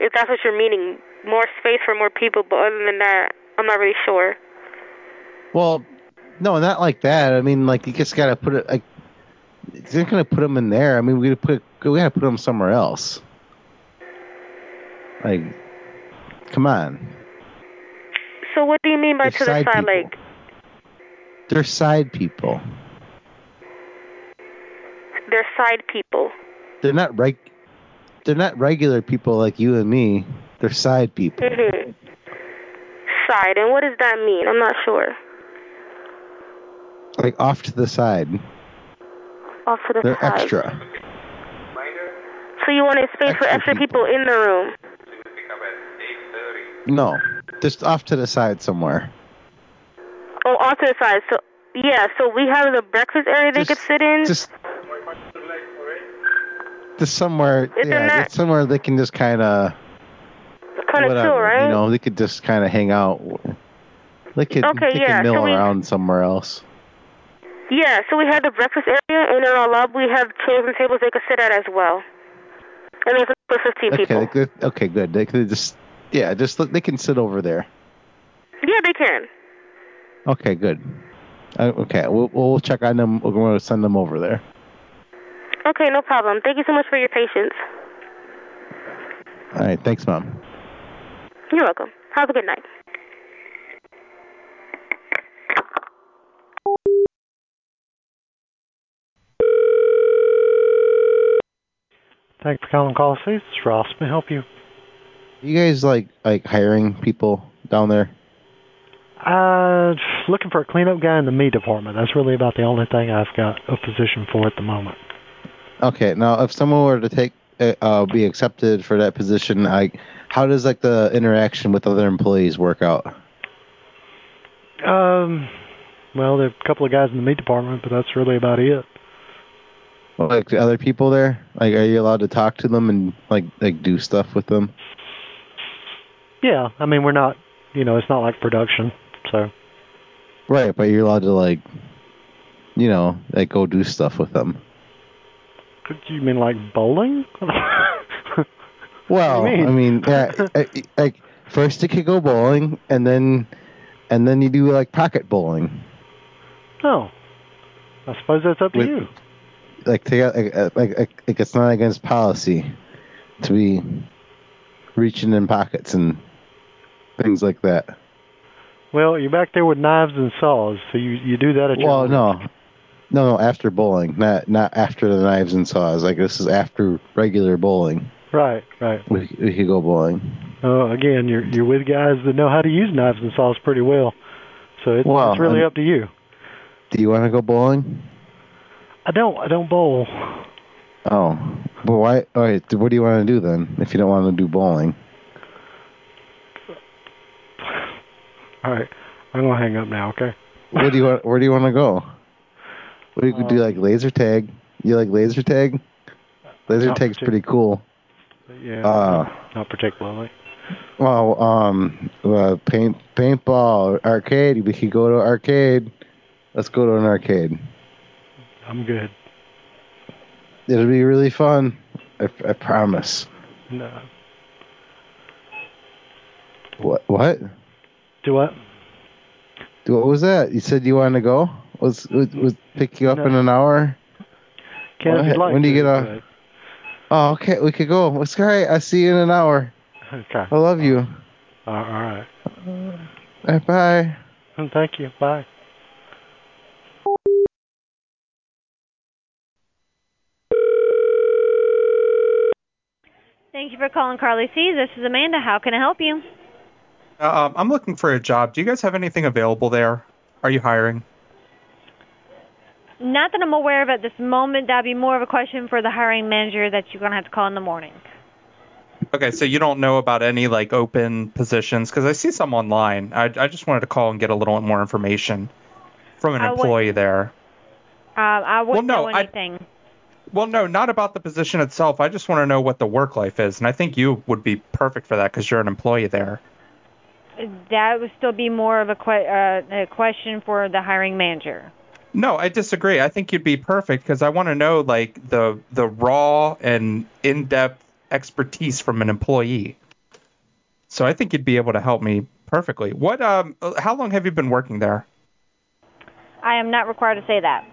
S20: If that's what you're meaning, more space for more people. But other than that, I'm not really sure.
S4: Well, no, not like that. I mean, like you just gotta put it. Like, you're not gonna put them in there. I mean, we gotta put we gotta put them somewhere else. Like, come on,
S20: So what do you mean by to the
S4: side
S20: side?
S4: people.
S20: Like
S4: they're side people.
S20: they're side people.
S4: They're not reg. They're not regular people like you and me. They're side people.
S20: Mhm. Side. And what does that mean? I'm not sure.
S4: Like off to the side.
S20: Off to the
S4: They're
S20: side.
S4: extra.
S20: So you wanted space for extra people. in the room.
S4: No, just off to the side somewhere.
S20: Oh, off to the side. So yeah. So we have the breakfast area they could sit in.
S4: Just Just somewhere.
S20: It's
S4: yeah,
S20: in that-
S4: just somewhere they can just kind of.
S20: kind of chill,
S4: whatever,
S20: right?
S4: You know, they could just kind of hang out. They could,
S20: Okay,
S4: they
S20: yeah,
S4: could mill
S20: so we-
S4: around somewhere else.
S20: Yeah, so we have the breakfast area, and in our lobby we have chairs and tables they could sit at as well. And there's enough for 15
S4: Okay,
S20: people.
S4: they could, okay, good. They could just, yeah, just let- they can sit over there.
S20: Yeah, they can.
S4: Okay, good. Uh, okay, we'll, we'll check on them. We're going to send them over there.
S20: Okay, no problem. Thank you so much for your patience.
S4: All right, thanks, mom.
S20: You're welcome. Have a good night.
S21: Thank you for calling Call Safe. This is Ross. May I help you?
S4: You guys like like hiring people down there?
S21: Uh, looking for a cleanup guy in the meat department. That's really about the only thing I've got a position for at the moment.
S4: Okay, now if someone were to take uh, uh, be accepted for that position, like how does like the interaction with other employees work out?
S21: Um, well, there are a couple of guys in the meat department, but that's really about it.
S4: Like the other people there? Like are you allowed to talk to them and like like do stuff with them?
S21: Yeah, I mean, we're not, you know, it's not like production, so.
S4: Right, but you're allowed to like you know, like go do stuff with them.
S21: Could You mean like bowling?
S4: Well, uh,
S21: What do you mean?
S4: I mean, yeah, I- I- like first you could go bowling and then and then you do like pocket bowling.
S21: no. I suppose that's up to
S4: With-
S21: you.
S4: Like, to, like, uh, like, like like it's not against policy to be reaching in pockets and things like that.
S21: Well, you're back there with knives and saws, so you, you do that at your
S4: Well, no, no, no. After bowling, not not after the knives and saws. Like this is after regular bowling.
S21: Right, right.
S4: We we could go bowling.
S21: Oh, again, you're you're with guys that know how to use knives and saws pretty well, so it's,
S4: Well,
S21: it's really
S4: I'm-
S21: up to you.
S4: Do you want to go bowling?
S21: I don't I don't bowl.
S4: Oh, but why? All right. What do you want to do then? If you don't want to do bowling,
S21: All right, I'm gonna hang up now. Okay.
S4: what do you want? Where do you want to go? We could do
S21: Um,
S4: like laser tag. You like laser tag? Laser
S21: Not
S4: tag's
S21: partic-
S4: pretty cool.
S21: Yeah.
S4: Uh,
S21: not particularly.
S4: well, um, uh, paint paintball arcade. We could go to arcade. Let's go to an arcade.
S21: I'm good.
S4: It'll be really fun. I, I promise.
S21: No.
S4: What? What?
S21: Do what?
S4: Do- What was that? You said you wanted to go. Was was, was pick you up in an hour?
S21: Can if
S4: What?
S21: you'd like
S4: when do you
S21: to,
S4: get off? Oh, okay. We could go. It's all right. I see you in an hour.
S21: Okay.
S4: I love you.
S21: All right.
S4: All right, bye.
S21: Oh, Thank you. Bye.
S22: Thank you for calling Carly C. This is Amanda. How can I help you?
S23: Uh, um, I'm looking for a job. Do you guys have anything available there? Are you hiring?
S22: Not that I'm aware of at this moment. That'd be more of a question for the hiring manager that you're gonna have to call in the morning.
S1: Okay, so you don't know about any like open positions because I see some online. I, I just wanted to call and get a little more information from an
S22: I wouldn't-
S1: employee there.
S22: Uh, I wouldn't
S1: Well, no,
S22: know
S1: I-
S22: anything.
S1: Well, no, not about the position itself. I just want to know what the work life is, and I think you would be perfect for that because you're an employee there.
S22: That would still be more of a, que- uh, a question for the hiring manager.
S1: No, I disagree. I think you'd be perfect because I want to know like the the raw and in-depth expertise from an employee. So I think you'd be able to help me perfectly. What um how long have you been working there?
S22: I am not required to say that.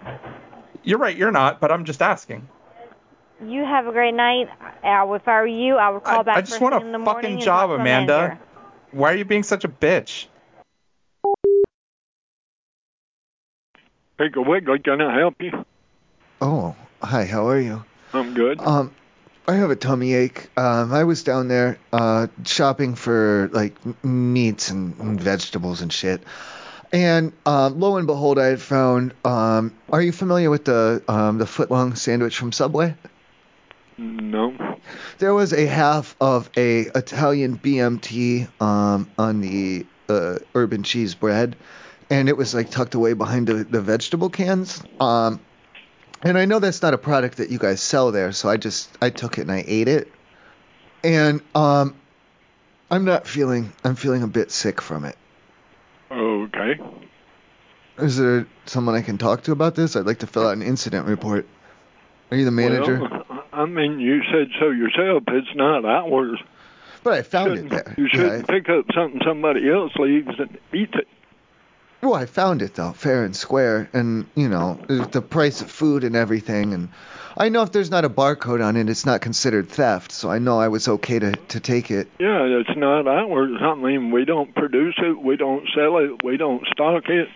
S1: You're right, you're not, but I'm just asking.
S22: You have a great night. I would, if I were you, I would call back
S1: I just
S22: first
S1: want
S22: thing in the
S1: a
S22: morning
S1: fucking
S22: and
S1: job,
S22: talk to a
S1: Amanda.
S22: manager.
S1: Why are you being such a bitch?
S3: Take a wiggle. Can I help you?
S2: Oh, hi. How are you?
S3: I'm good.
S2: Um, I have a tummy ache. Um, I was down there uh, shopping for like m- meats and, and vegetables and shit. And um, lo and behold, I had found. Um, are you familiar with the um, the foot long sandwich from Subway?
S3: No.
S2: There was a half of a Italian BMT um, on the uh, urban cheese bread, and it was like tucked away behind the, the vegetable cans. Um, and I know that's not a product that you guys sell there, so I just I took it and I ate it. And um, I'm not feeling I'm feeling a bit sick from it.
S3: Okay.
S2: Is there someone I can talk to about this? I'd like to fill out an incident report. Are you the manager?
S3: Well, I mean, you said so yourself. It's not ours.
S2: But I found
S3: it there. You shouldn't pick up something somebody else leaves and eat it.
S2: Well, I found it though, fair and square, and you know the the price of food and everything. And I know if there's not a barcode on it, it's not considered theft. So I know I was okay to to take it.
S3: Yeah, it's not ours. I mean, we don't produce it. We don't sell it. We don't stock it.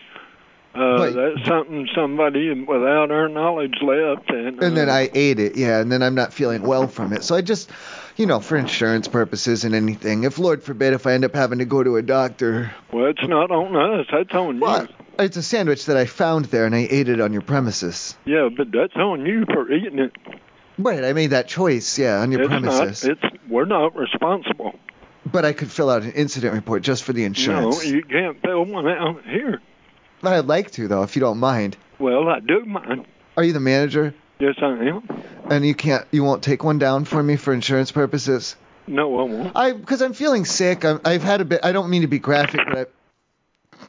S3: Uh, that's something somebody without our knowledge left. And,
S2: And then
S3: uh,
S2: I ate it, yeah, and then I'm not feeling well from it. So I just, you know, for insurance purposes and anything. If Lord forbid, if I end up having to go to a doctor,
S3: Well, it's not on us. That's on you.
S2: it's a sandwich that I found there and I ate it on your premises.
S3: Yeah, but that's on you for eating it.
S2: Right, I made that choice, yeah, on your
S3: it's
S2: premises.
S3: not. It's we're not responsible.
S2: But I could fill out an incident report just for the insurance.
S3: No, you can't fill one out here.
S2: I'd like to though, if you don't mind.
S3: Well, I do mind.
S2: Are you the manager?
S3: Yes, I am.
S2: And you can't, you won't take one down for me for insurance purposes?
S3: No, I won't.
S2: I, because I'm feeling sick. I'm, I've had a bit. I don't mean to be graphic, but I.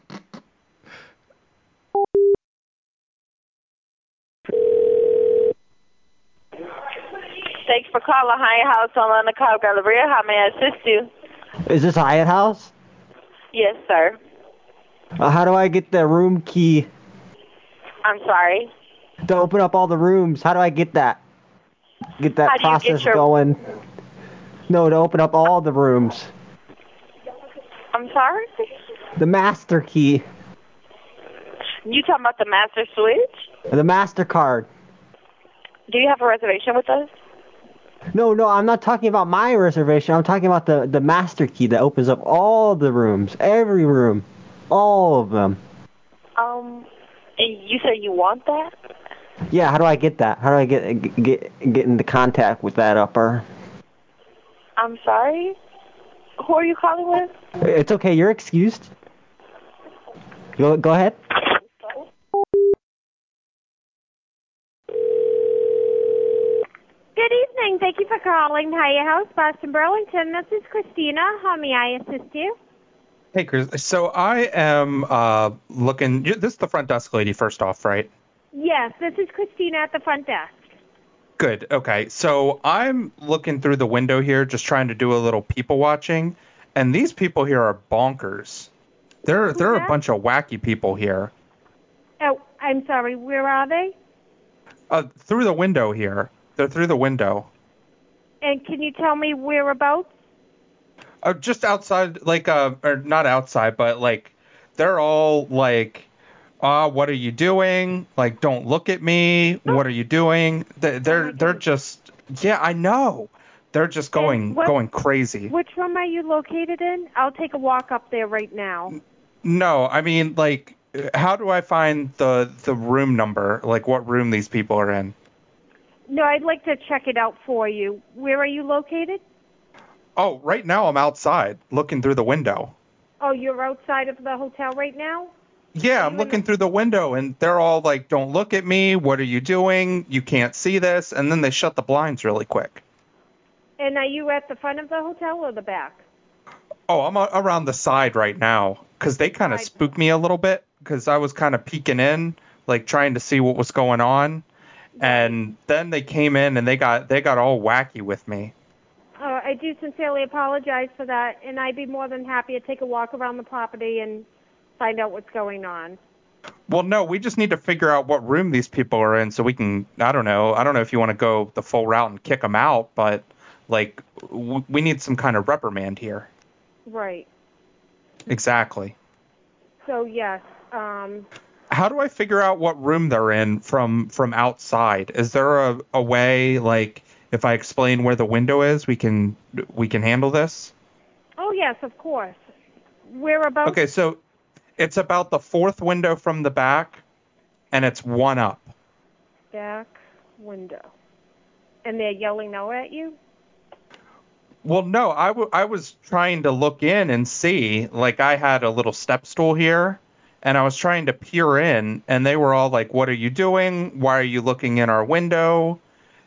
S5: Thanks for calling High House on the Call Galleria. How may I assist you?
S24: Is this a Hyatt House?
S5: Yes, sir.
S24: Uh, how do I get the room key
S5: I'm sorry.
S24: to open up all the rooms? How do I get that? Get that
S5: How do you get
S24: process
S5: your-
S24: going? No, to open up all the rooms.
S5: I'm sorry.
S24: The master key,
S5: You talking about the master switch?
S24: the master card.
S5: Do you have a reservation with us?
S24: No, no, I'm not talking about my reservation. I'm talking about the the master key that opens up all the rooms, every room, all of them.
S5: Um, and you said you want that?
S24: Yeah, how do I get that? How do I get get get into contact with that upper?
S5: I'm sorry. Who are you calling with?
S24: It's okay, you're excused. Go go ahead.
S22: Good evening. Thank you for calling Hyatt House, Boston Burlington. This is Christina. How may I assist you?
S1: Hey, Chris. So I am uh looking. you- This is the front desk lady, first off, right?
S22: Yes, this is Christina at the front desk.
S1: Good. Okay. So I'm looking through the window here, just trying to do a little people watching, and these people here are bonkers. They're they're a bunch of wacky people here.
S22: Oh, I'm sorry. Where are they?
S1: Uh, through the window here. They're through the window.
S22: And can you tell me whereabouts?
S1: Uh, just outside, like uh, or not outside, but like they're all like, ah, what are you doing? Like, don't look at me. What are you doing? They- They're they're just yeah, I know. They're just going
S22: what-
S1: going crazy.
S22: Which room are you located in? I'll take a walk up there right now.
S1: No, I mean like how do I find the the room number? Like what room these people are in?
S22: No, I'd like to check it out for you. Where are you located?
S1: Oh, right now I'm outside looking through the window.
S22: Oh, you're outside of the hotel right now?
S1: Yeah, I'm looking through the window and they're all like, "Don't look at me. What are you doing? You can't see this." And then they shut the blinds really quick.
S22: And are you at the front of the hotel or the back?
S1: Oh, I'm a- around the side right now because they kind of spooked me a little bit because I was kind of peeking in, like trying to see what was going on, and then they came in and they got they got all wacky with me.
S22: Uh, I do sincerely apologize for that, and I'd be more than happy to take a walk around the property and find out what's going on.
S1: Well, no, we just need to figure out what room these people are in so we can. I don't know. I don't know if you want to go the full route and kick them out, but like w- we need some kind of reprimand here.
S22: Right.
S1: Exactly.
S22: So, yes. Um,
S1: How do I figure out what room they're in from from outside? Is there a, a way like if I explain where the window is, we can we can handle this?
S22: oh, yes, of course. Whereabouts?
S1: Okay, so it's about the fourth window from the back, and it's one up.
S22: Back window. And they're yelling no at you?
S1: Well, no, I, w- I was trying to look in and see. Like, I had a little step stool here, and I was trying to peer in, and they were all like, What are you doing? Why are you looking in our window?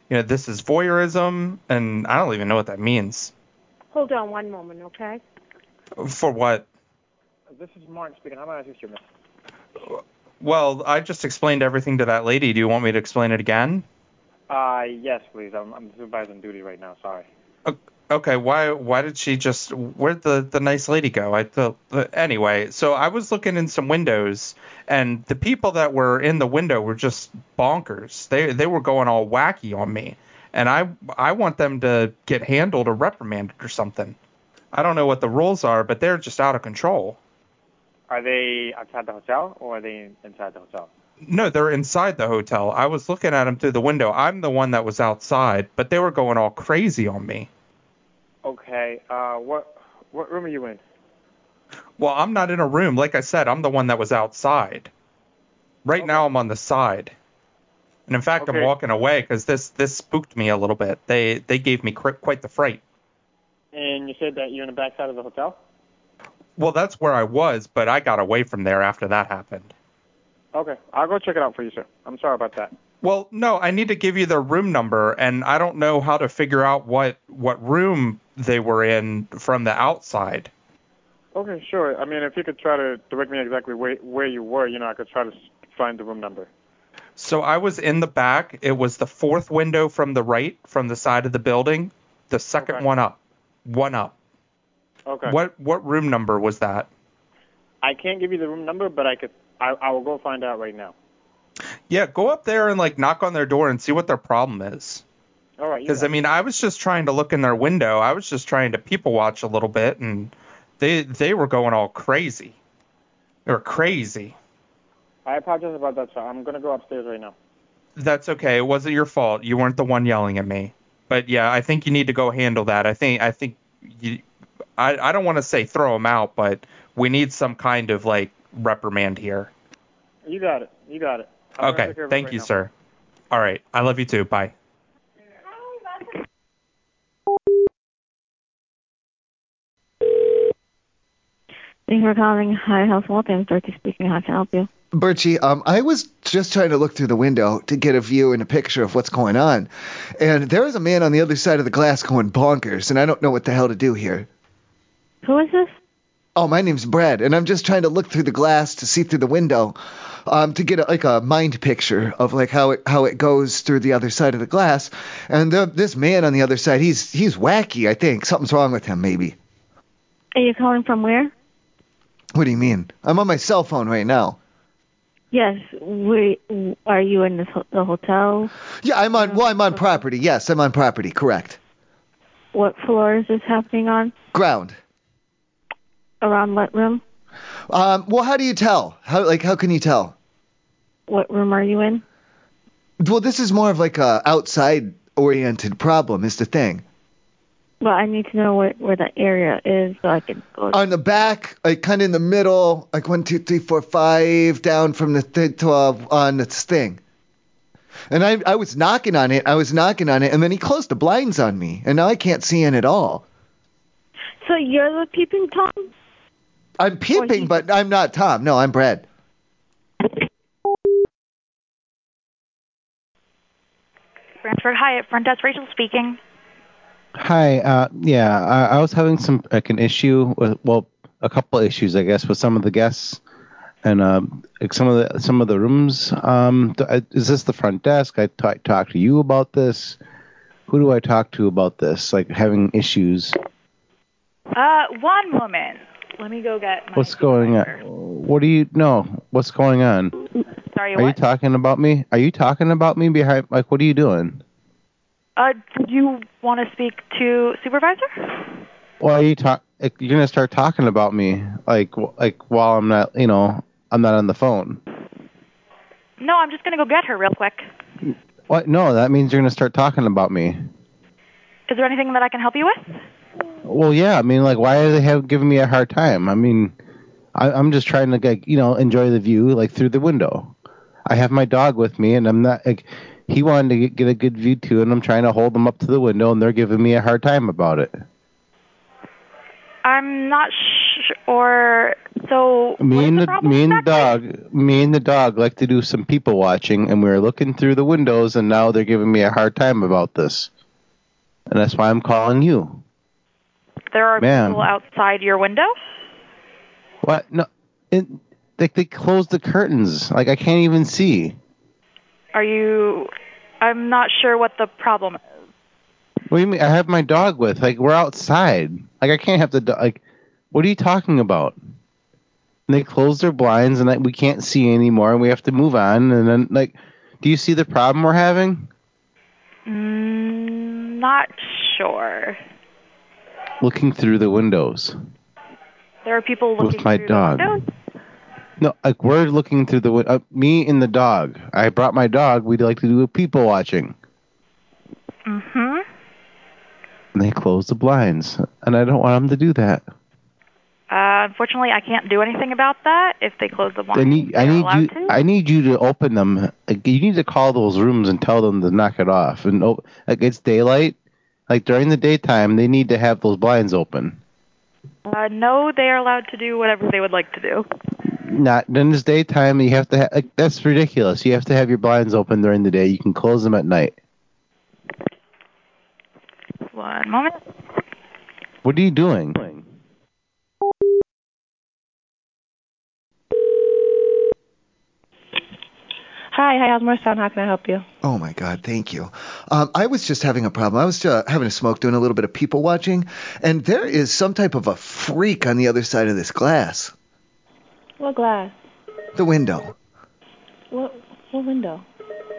S1: You know, this is voyeurism, and I don't even know what that means.
S22: Hold on one moment, okay?
S1: For what?
S7: This is Martin speaking. How may I assist you, miss?
S1: Well, I just explained everything to that lady. Do you want me to explain it again?
S7: Uh, yes, please. I'm, I'm supervised on duty right now. Sorry.
S1: Okay, why why did she just where'd the the nice lady go? I thought uh, anyway. So I was looking in some windows, and the people that were in the window were just bonkers. They they were going all wacky on me, and I I want them to get handled or reprimanded or something. I don't know what the rules are, but they're just out of control.
S7: Are they outside the hotel or are they inside the hotel?
S1: No, they're inside the hotel. I was looking at them through the window. I'm the one that was outside, but they were going all crazy on me.
S7: Okay. Uh, what what room are you in?
S1: Well, I'm not in a room. Like I said, I'm the one that was outside. Right now, I'm on the side. And in fact, I'm
S7: Okay.
S1: walking away because this this spooked me a little bit. They they gave me cri- quite the fright.
S7: And you said that you're in the back side of the hotel.
S1: Well, that's where I was, but I got away from there after that happened.
S7: Okay. I'll go check it out for you, sir. I'm sorry about that.
S1: Well, no, I need to give you their room number, and I don't know how to figure out what what room they were in from the outside.
S7: Okay, sure. I mean, if you could try to direct me exactly where where you were, you know, I could try to s- find the room number.
S1: So I was in the back. It was the fourth window from the right, from the side of the building, the second one up, one up.
S7: Okay.
S1: What what room number was that?
S7: I can't give you the room number, but I could. I I will go find out right now.
S1: Yeah, go up there and like knock on their door and see what their problem is.
S7: All right.
S1: Because I mean, I was just trying to look in their window. I was just trying to people watch a little bit, and they they were going all crazy. They were crazy.
S7: I apologize about that, sir. I'm gonna go upstairs right now.
S1: That's okay. It wasn't your fault. You weren't the one yelling at me. But yeah, I think you need to go handle that. I think I think you. I I don't want to say throw them out, but we need some kind of like reprimand here.
S7: You got it. You got it. I'm gonna
S1: okay.
S7: take care of it
S1: Thank
S7: right
S1: you,
S7: now.
S1: sir. All right. I love you too. Bye.
S8: Thank you for calling High House Walton. Dorothy speaking. How can I help you?
S2: Birchie, um, I was just trying to look through the window to get a view and a picture of what's going on, and there is a man on the other side of the glass going bonkers, and I don't know what the hell to do here.
S8: Who is this?
S2: Oh, my name's Brad, and I'm just trying to look through the glass to see through the window, um, to get a, like a mind picture of like how it how it goes through the other side of the glass. And the, this man on the other side, he's he's wacky. I think something's wrong with him. Maybe.
S8: Are you calling from where?
S2: What do you mean? I'm on my cell phone right now.
S8: Yes. We are you in this, ho- the hotel?
S2: Yeah, I'm on. Well, I'm on property. Yes, I'm on property. Correct.
S8: What floor is this happening on?
S2: Ground.
S8: Around what room?
S2: Um, well, how do you tell? How like how can you tell?
S8: What room are you in?
S2: Well, this is more of like a outside oriented problem is the thing.
S5: Well, I need to know where, where the area is so I can go.
S2: On the back, like kind of in the middle, like one, two, three, four, five, down from the th- to, uh, on the thing. And I, I was knocking on it, I was knocking on it, and then he closed the blinds on me, and now I can't see in at all.
S5: So you're the peeping Tom?
S2: I'm peeping, but I'm not Tom. No, I'm Brad.
S15: Brantford Hyatt, front desk Rachel speaking.
S4: Hi. Uh, yeah, I, I was having some like an issue with well, a couple issues I guess with some of the guests and uh, like some of the some of the rooms. Um, th- I- is this the front desk? I ta- talked to you about this. Who do I talk to about this? Like having issues.
S15: Uh, one moment. Let me go get. My,
S4: What's going on? What do you know? What's going on?
S15: sorry,
S4: Are you
S15: what?
S4: talking about me? Are you talking about me behind? Like, what are you doing?
S15: uh, do you want to speak to supervisor?
S4: Why are you talk? Like, you're gonna start talking about me, like, w- like while I'm not, you know, I'm not on the phone.
S15: No, I'm just gonna go get her real quick.
S4: What? No, that means you're gonna start talking about me.
S15: Is there anything that I can help you with?
S4: Well, yeah. I mean, like, why are they have giving me a hard time? I mean, I, I'm just trying to, like, you know, enjoy the view, like through the window. I have my dog with me, and I'm not like he wanted to get, get a good view too, and I'm trying to hold him up to the window, and they're giving me a hard time about it.
S15: I'm not sure. So
S4: Me and the, me and the dog, me and the dog like to do some people watching, and we were looking through the windows, and now they're giving me a hard time about this, and that's why I'm calling you.
S15: there are
S4: Ma'am.
S15: people outside your window.
S4: What? No, it, like they closed the curtains, like I can't even see.
S15: Are you? I'm not sure what the problem is.
S4: What do you mean? I have my dog with. Like we're outside. Like I can't have the dog. Like, what are you talking about? And they close their blinds, and like, we can't see anymore, and we have to move on. And then like, do you see the problem we're having?
S15: Mm, not sure.
S4: Looking through the windows.
S15: There are people looking
S4: with my
S15: through
S4: dog.
S15: The windows.
S4: No, like we're looking through the window. Uh, me and the dog. I brought my dog. We'd like to do a people watching.
S15: Mhm.
S4: And they close the blinds, and I don't want them to do that.
S15: Uh, unfortunately, I can't do anything about that. If they close the
S4: I
S15: blinds,
S4: need, I
S15: they're
S4: need
S15: allowed
S4: you,
S15: to.
S4: I need you to open them. Like, you need to call those rooms and tell them to knock it off. And op- like it's daylight. Like during the daytime, they need to have those blinds open.
S15: Uh, no, they are allowed to do whatever they would like to do.
S4: Not during this daytime. You have to. Ha- like, that's ridiculous. You have to have your blinds open during the day. You can close them at night.
S15: One moment.
S4: What are you doing?
S25: Hi, hi, How's Morristown. How can I help you?
S2: Oh my God, thank you. Um, I was just having a problem. I was uh, having a smoke, doing a little bit of people watching, and there is some type of a freak on the other side of this glass,
S25: What glass?
S2: the window.
S25: What, what window?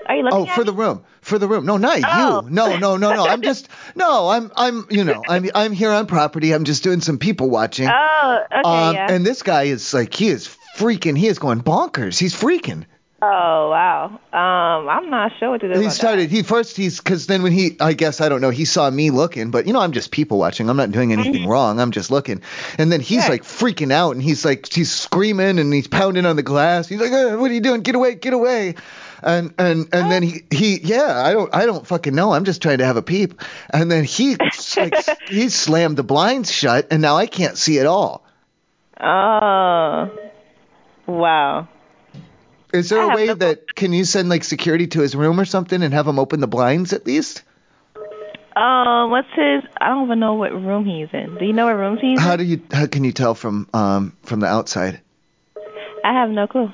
S25: Are you looking
S2: Oh,
S25: at Oh.
S2: for the room, for the room. No, not you. No, no, no, no. I'm just no. I'm I'm you know I'm I'm here on property. I'm just doing some people watching. Um,
S25: Oh, okay,
S4: Um,
S25: yeah.
S2: And this guy is like he is freaking. He is going bonkers. He's freaking.
S25: Oh, wow. Um, I'm not sure what to do
S2: He
S25: about that.
S2: started. He first. He's because then when he, I guess I don't know. He saw me looking, but you know, I'm just people watching. I'm not doing anything wrong. I'm just looking. And then he's like freaking out, and he's like, he's screaming, and he's pounding on the glass. He's like, "Uh, "What are you doing? Get away! Get away!" And and and then he he yeah I don't I don't fucking know. I'm just trying to have a peep. And then he like s- he slammed the blinds shut, and now I can't see at all.
S25: Oh, wow.
S2: Is there a way that can you send like security to his room or something and have him open the blinds at least?
S25: Um, what's his? I don't even know what room he's in. Do you know what rooms he's
S4: Uh-huh.
S2: How
S25: in?
S2: do you how can you tell from um from the outside?
S25: I have no clue.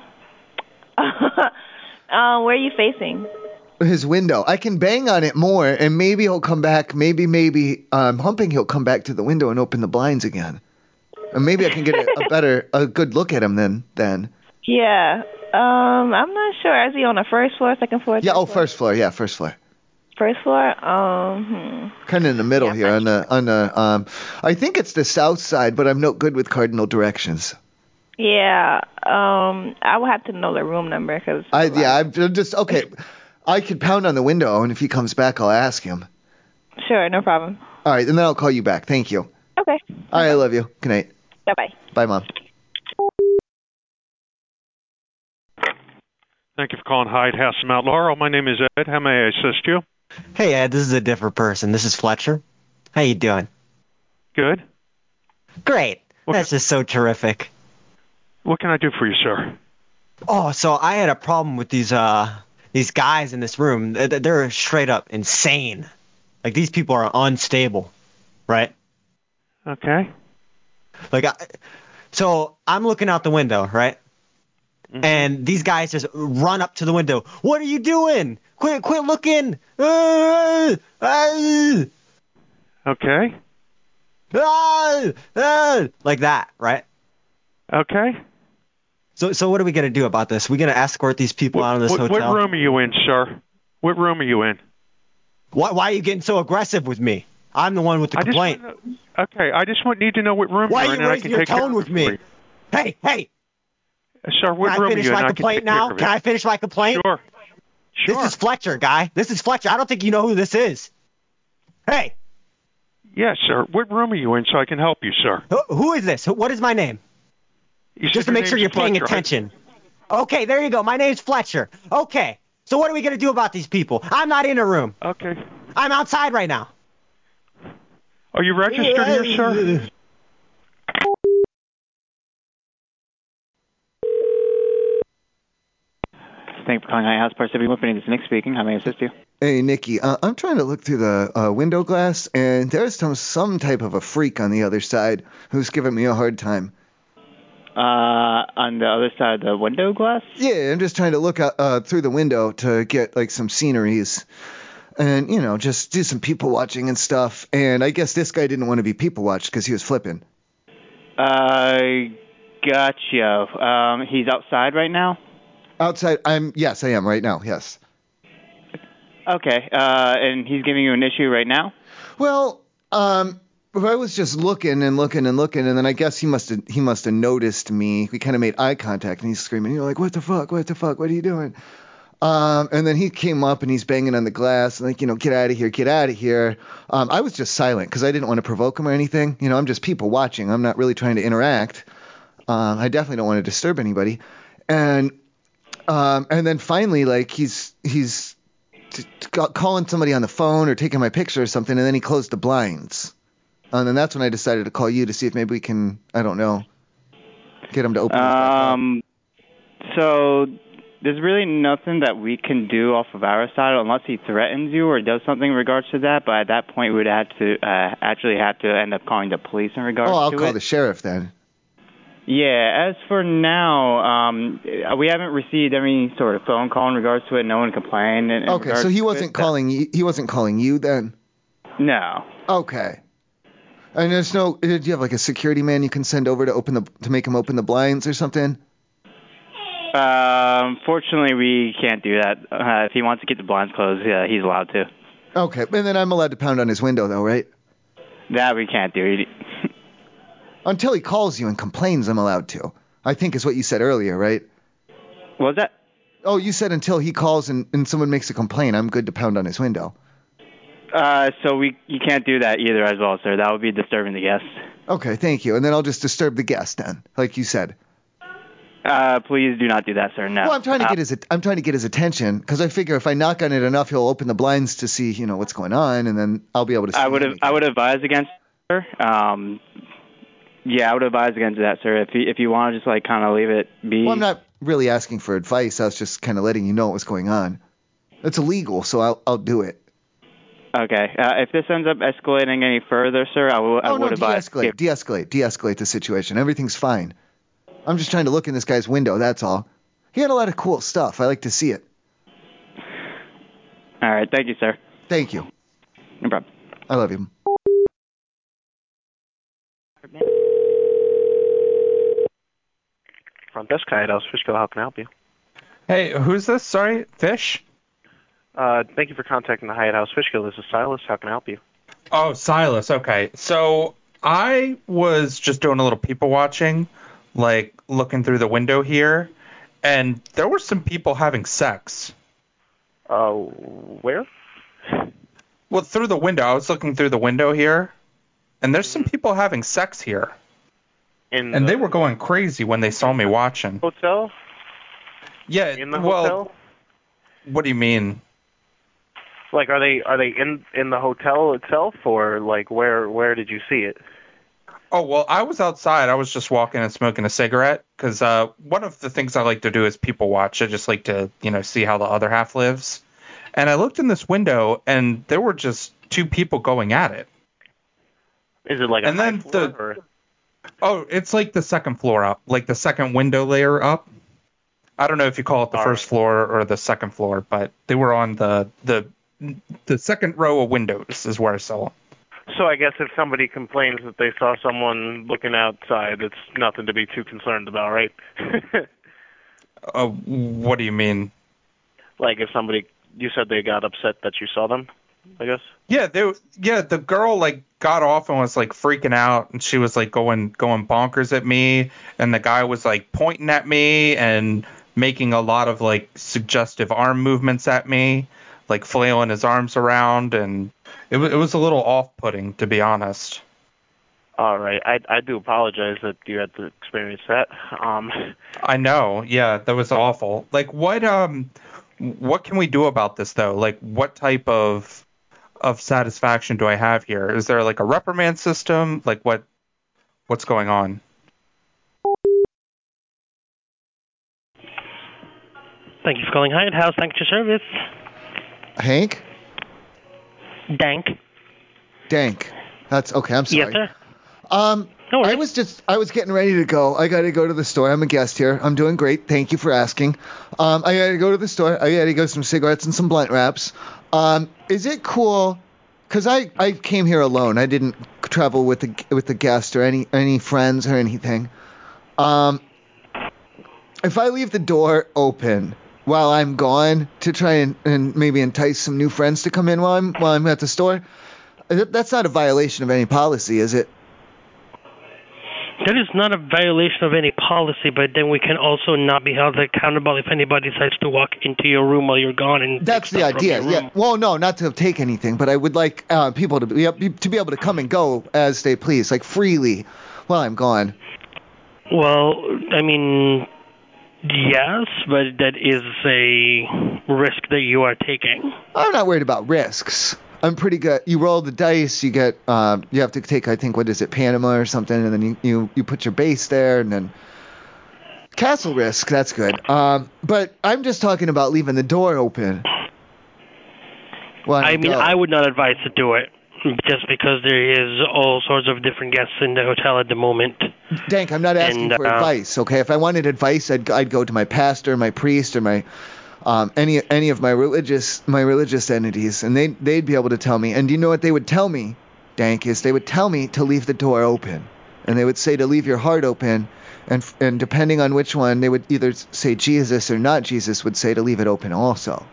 S25: um, where are you facing?
S2: His window. I can bang on it more and maybe he'll come back. Maybe maybe um humping he'll come back to the window and open the blinds again. And maybe I can get a, a better a good look at him then then.
S25: Yeah. Um, I'm not sure. Is he on the first floor, second floor?
S2: Yeah,
S25: third
S2: oh
S25: floor?
S2: first floor, yeah, first floor.
S25: First floor. Um.
S2: Kind of in the middle here on the on the um I think it's the south side, but I'm no good with cardinal directions.
S25: hmm. Yeah. Um. I would have to know the room number 'cause
S2: I yeah, I'm just okay. I could pound on the window and if he comes back I'll ask him.
S25: sure, no problem.
S2: All right, and then I'll call you back. Thank you.
S25: Okay.
S2: All right, I love you. Good night.
S25: Bye bye.
S2: Bye, mom.
S12: Thank you for calling Hyde House in Mount Laurel. My name is Ed. How may I assist you?
S24: Hey Ed, this is a different person. This is Fletcher. How you doing?
S12: Good.
S24: Great. That's just so terrific.
S12: What can I do for you, sir?
S24: Oh, so I had a problem with these uh these guys in this room. They're, they're straight up insane. Like these people are unstable, right?
S12: Okay.
S24: Like I, so I'm looking out the window, right?
S12: Mm-hmm.
S24: And these guys just run up to the window. What are you doing? Quit quit looking. Ah, ah,
S12: Okay.
S24: ah, ah," like that, right?
S12: Okay.
S24: So so what are we gonna do about this? We gonna escort these people out of this
S12: What, what
S24: hotel?
S12: room are you in, sir? What room are you in?
S24: Why why are you getting so aggressive with me? I'm the one with the
S12: I just
S24: complaint.
S12: Okay, I just want, need to know what room
S24: Why
S12: you're
S24: are
S12: in,
S24: you
S12: and I
S24: raising
S12: can
S24: your
S12: take care
S24: tone
S12: of
S24: with
S12: it
S24: me?
S12: for you. Uh,
S24: Hey hey.
S12: Sir, what
S24: Can I
S12: room are
S24: finish
S12: you in?
S24: my
S12: I can
S24: complaint
S12: take care
S24: now?
S12: of it.
S24: Can I finish my complaint?
S12: Sure.
S24: Sure. This is Fletcher, guy. This is Fletcher. I don't think you know who this is. Hey,
S12: Yes, sir. What room are you in, so I can help you, sir?
S24: who, who is this? Who- What is my name?
S12: You said
S24: Just to
S12: your
S24: make sure
S12: name's
S24: you're paying
S12: Fletcher, right?
S24: attention. Okay, there you go. My name's Fletcher. Okay. So what are we gonna do about these people? I'm not in a room.
S12: Okay.
S24: I'm outside right now.
S12: Are you registered here, sir?
S26: Thank you for calling High House Parts Every Company. This is Nick speaking. How may I assist you?
S2: Hey, Nikki, uh, I'm trying to look through the uh, window glass, and there's some, some type of a freak on the other side who's giving me a hard time.
S26: Uh, on the other side of the window glass?
S2: Yeah, I'm just trying to look out, uh, through the window to get like some sceneries, and you know, just do some people watching and stuff. And I guess this guy didn't want to be people watched because he was flipping.
S26: Uh, gotcha. Um, he's outside right now?
S2: Outside, I'm yes, I am right now. Yes.
S26: Okay. Uh, and he's giving you an issue right now?
S2: Well, um, if I was just looking and looking and looking, and then I guess he must have he must have noticed me. We kind of made eye contact, and he's screaming, "You're like, what the fuck? What the fuck? What are you doing?" Um, and then he came up and he's banging on the glass, and like, you know, get out of here, get out of here. Um, I was just silent because I didn't want to provoke him or anything. You know, I'm just people watching. I'm not really trying to interact. Um, I definitely don't want to disturb anybody. And um, and then finally, like he's he's t- t- ca- calling somebody on the phone or taking my picture or something, and then he closed the blinds. And then that's when I decided to call you to see if maybe we can, I don't know, get him to open.
S26: Um, so there's really nothing that we can do off of our side unless he threatens you or does something in regards to that. But at that point, we'd have to uh, actually have to end up calling the police in regards
S2: oh, I'll
S26: to
S2: call
S26: it.
S2: the sheriff then.
S26: Yeah, as for now, um, we haven't received any sort of phone call in regards to it. No one complained. In, in
S2: Okay,
S26: regards
S2: so he
S26: to
S2: wasn't
S26: it.
S2: calling y- he wasn't calling you then.
S26: No.
S2: Okay. And there's no. Did you have like a security man you can send over to open the to make him open the blinds or something?
S26: Um, fortunately, we can't do that. Uh, if he wants to keep the blinds closed, yeah, he's allowed to.
S2: Okay, and then I'm allowed to pound on his window though, right?
S26: That we can't do. He-
S2: Until he calls you and complains, I'm allowed to. I think is what you said earlier, right?
S26: Was that?
S2: Oh, you said until he calls and, and someone makes a complaint, I'm good to pound on his window.
S26: Uh, so we you can't do that either, as well, sir. That would be disturbing the guests.
S2: Okay, thank you. And then I'll just disturb the guest then, like you said.
S26: Uh, please do not do that, sir. No.
S2: Well, I'm trying to
S26: Uh,
S2: get his at- I'm trying to get his attention because I figure if I knock on it enough, he'll open the blinds to see you know what's going on, and then I'll be able to. See
S26: I would
S2: him.
S26: have I would advise against it, sir. Um, yeah, I would advise against that, sir. If you if you want to just like kind of leave it be.
S2: Well, I'm not really asking for advice. I was just kind of letting you know what was going on. It's illegal, so I'll I'll do it.
S26: Okay. Uh, if this ends up escalating any further, sir, I will- I
S2: oh
S26: would
S2: no,
S26: advise.
S2: de-escalate, de-escalate, de-escalate the situation. Everything's fine. I'm just trying to look in this guy's window. That's all. He had a lot of cool stuff. I like to see it.
S26: All right. Thank you, sir.
S2: Thank you.
S26: No problem.
S2: I love him.
S19: From Best Kite House, Fishkill, how can I help you?
S1: Hey, who's this? Sorry, Fish?
S19: Uh, thank you for contacting the Hyatt House Fishkill. This is Silas. How can I help you?
S1: Oh, Silas. Okay. So I was just doing a little people watching, like looking through the window here, and there were some people having sex.
S19: Uh, where?
S1: Well, through the window. I was looking through the window here, and there's some people having sex here.
S14: In
S1: and they were going crazy when they saw me watching.
S14: Hotel?
S1: Yeah.
S14: In the
S1: well,
S14: hotel?
S1: What do you mean?
S14: Like, are they are they in in the hotel itself, or like where where did you see it?
S1: Oh well, I was outside. I was just walking and smoking a cigarette because uh, one of the things I like to do is people watch. I just like to you know see how the other half lives. And I looked in this window, and there were just two people going at it.
S14: Is it like
S1: and
S14: a
S1: then
S14: high
S1: the
S14: floor, or-
S1: oh, it's like the second floor up, like the second window layer up. I don't know if you call it the first floor or the second floor, but they were on the the the second row of windows is where I saw 'em.
S14: So I guess if somebody complains that they saw someone looking outside, it's nothing to be too concerned about, right?
S1: Uh, what do you mean?
S14: like if somebody you said they got upset that you saw them, I guess.
S1: Yeah, they yeah, the girl like got off and was like freaking out and she was like going going bonkers at me and the guy was like pointing at me and making a lot of like suggestive arm movements at me, like flailing his arms around and it was it was a little off-putting to be honest.
S14: All right, I I do apologize that you had to experience that. Um,
S1: I know. Yeah, that was awful. Like what um what can we do about this though? Like what type of of satisfaction do I have here? Is there like a reprimand system? Like what what's going on?
S11: Thank you for calling Hyatt House. Thank you for your service.
S2: Hank?
S11: Dank.
S2: Dank. That's okay. I'm sorry.
S11: Yes, sir.
S2: Um, I was just I was getting ready to go. I got to go to the store. I'm a guest here. I'm doing great. Thank you for asking. Um, I got to go to the store. I got to go some cigarettes and some blunt wraps. Um, is it cool? Cause I, I came here alone. I didn't travel with the with the guest or any any friends or anything. Um, if I leave the door open while I'm gone to try and, and maybe entice some new friends to come in while I'm while I'm at the store, that- that's not a violation of any policy, is it?
S11: That is not a violation of any policy, but then we can also not be held accountable if anybody decides to walk into your room while you're gone. And
S2: That's the idea. Yeah. Well, no, not to take anything, but I would like uh, people to be to be able to come and go as they please, like freely, while I'm gone.
S11: Well, I mean, yes, but that is a risk that you are taking.
S2: I'm not worried about risks. I'm pretty good. You roll the dice. You get. Uh, you have to take. I think what is it, Panama or something, and then you you, you put your base there, and then castle risk. That's good. Um, but I'm just talking about leaving the door open. Well,
S11: I mean,
S2: go.
S11: I would not advise to do it just because there is all sorts of different guests in the hotel at the moment.
S2: Dank, I'm not asking
S11: And,
S2: for
S11: uh,
S2: advice. Okay, if I wanted advice, I'd, I'd go to my pastor, my priest, or my um, any any of my religious my religious entities, and they they'd be able to tell me. And do you know what they would tell me, Dank? Is they would tell me to leave the door open, and they would say to leave your heart open, and f- and depending on which one, they would either s- say Jesus or not Jesus would say to leave it open also.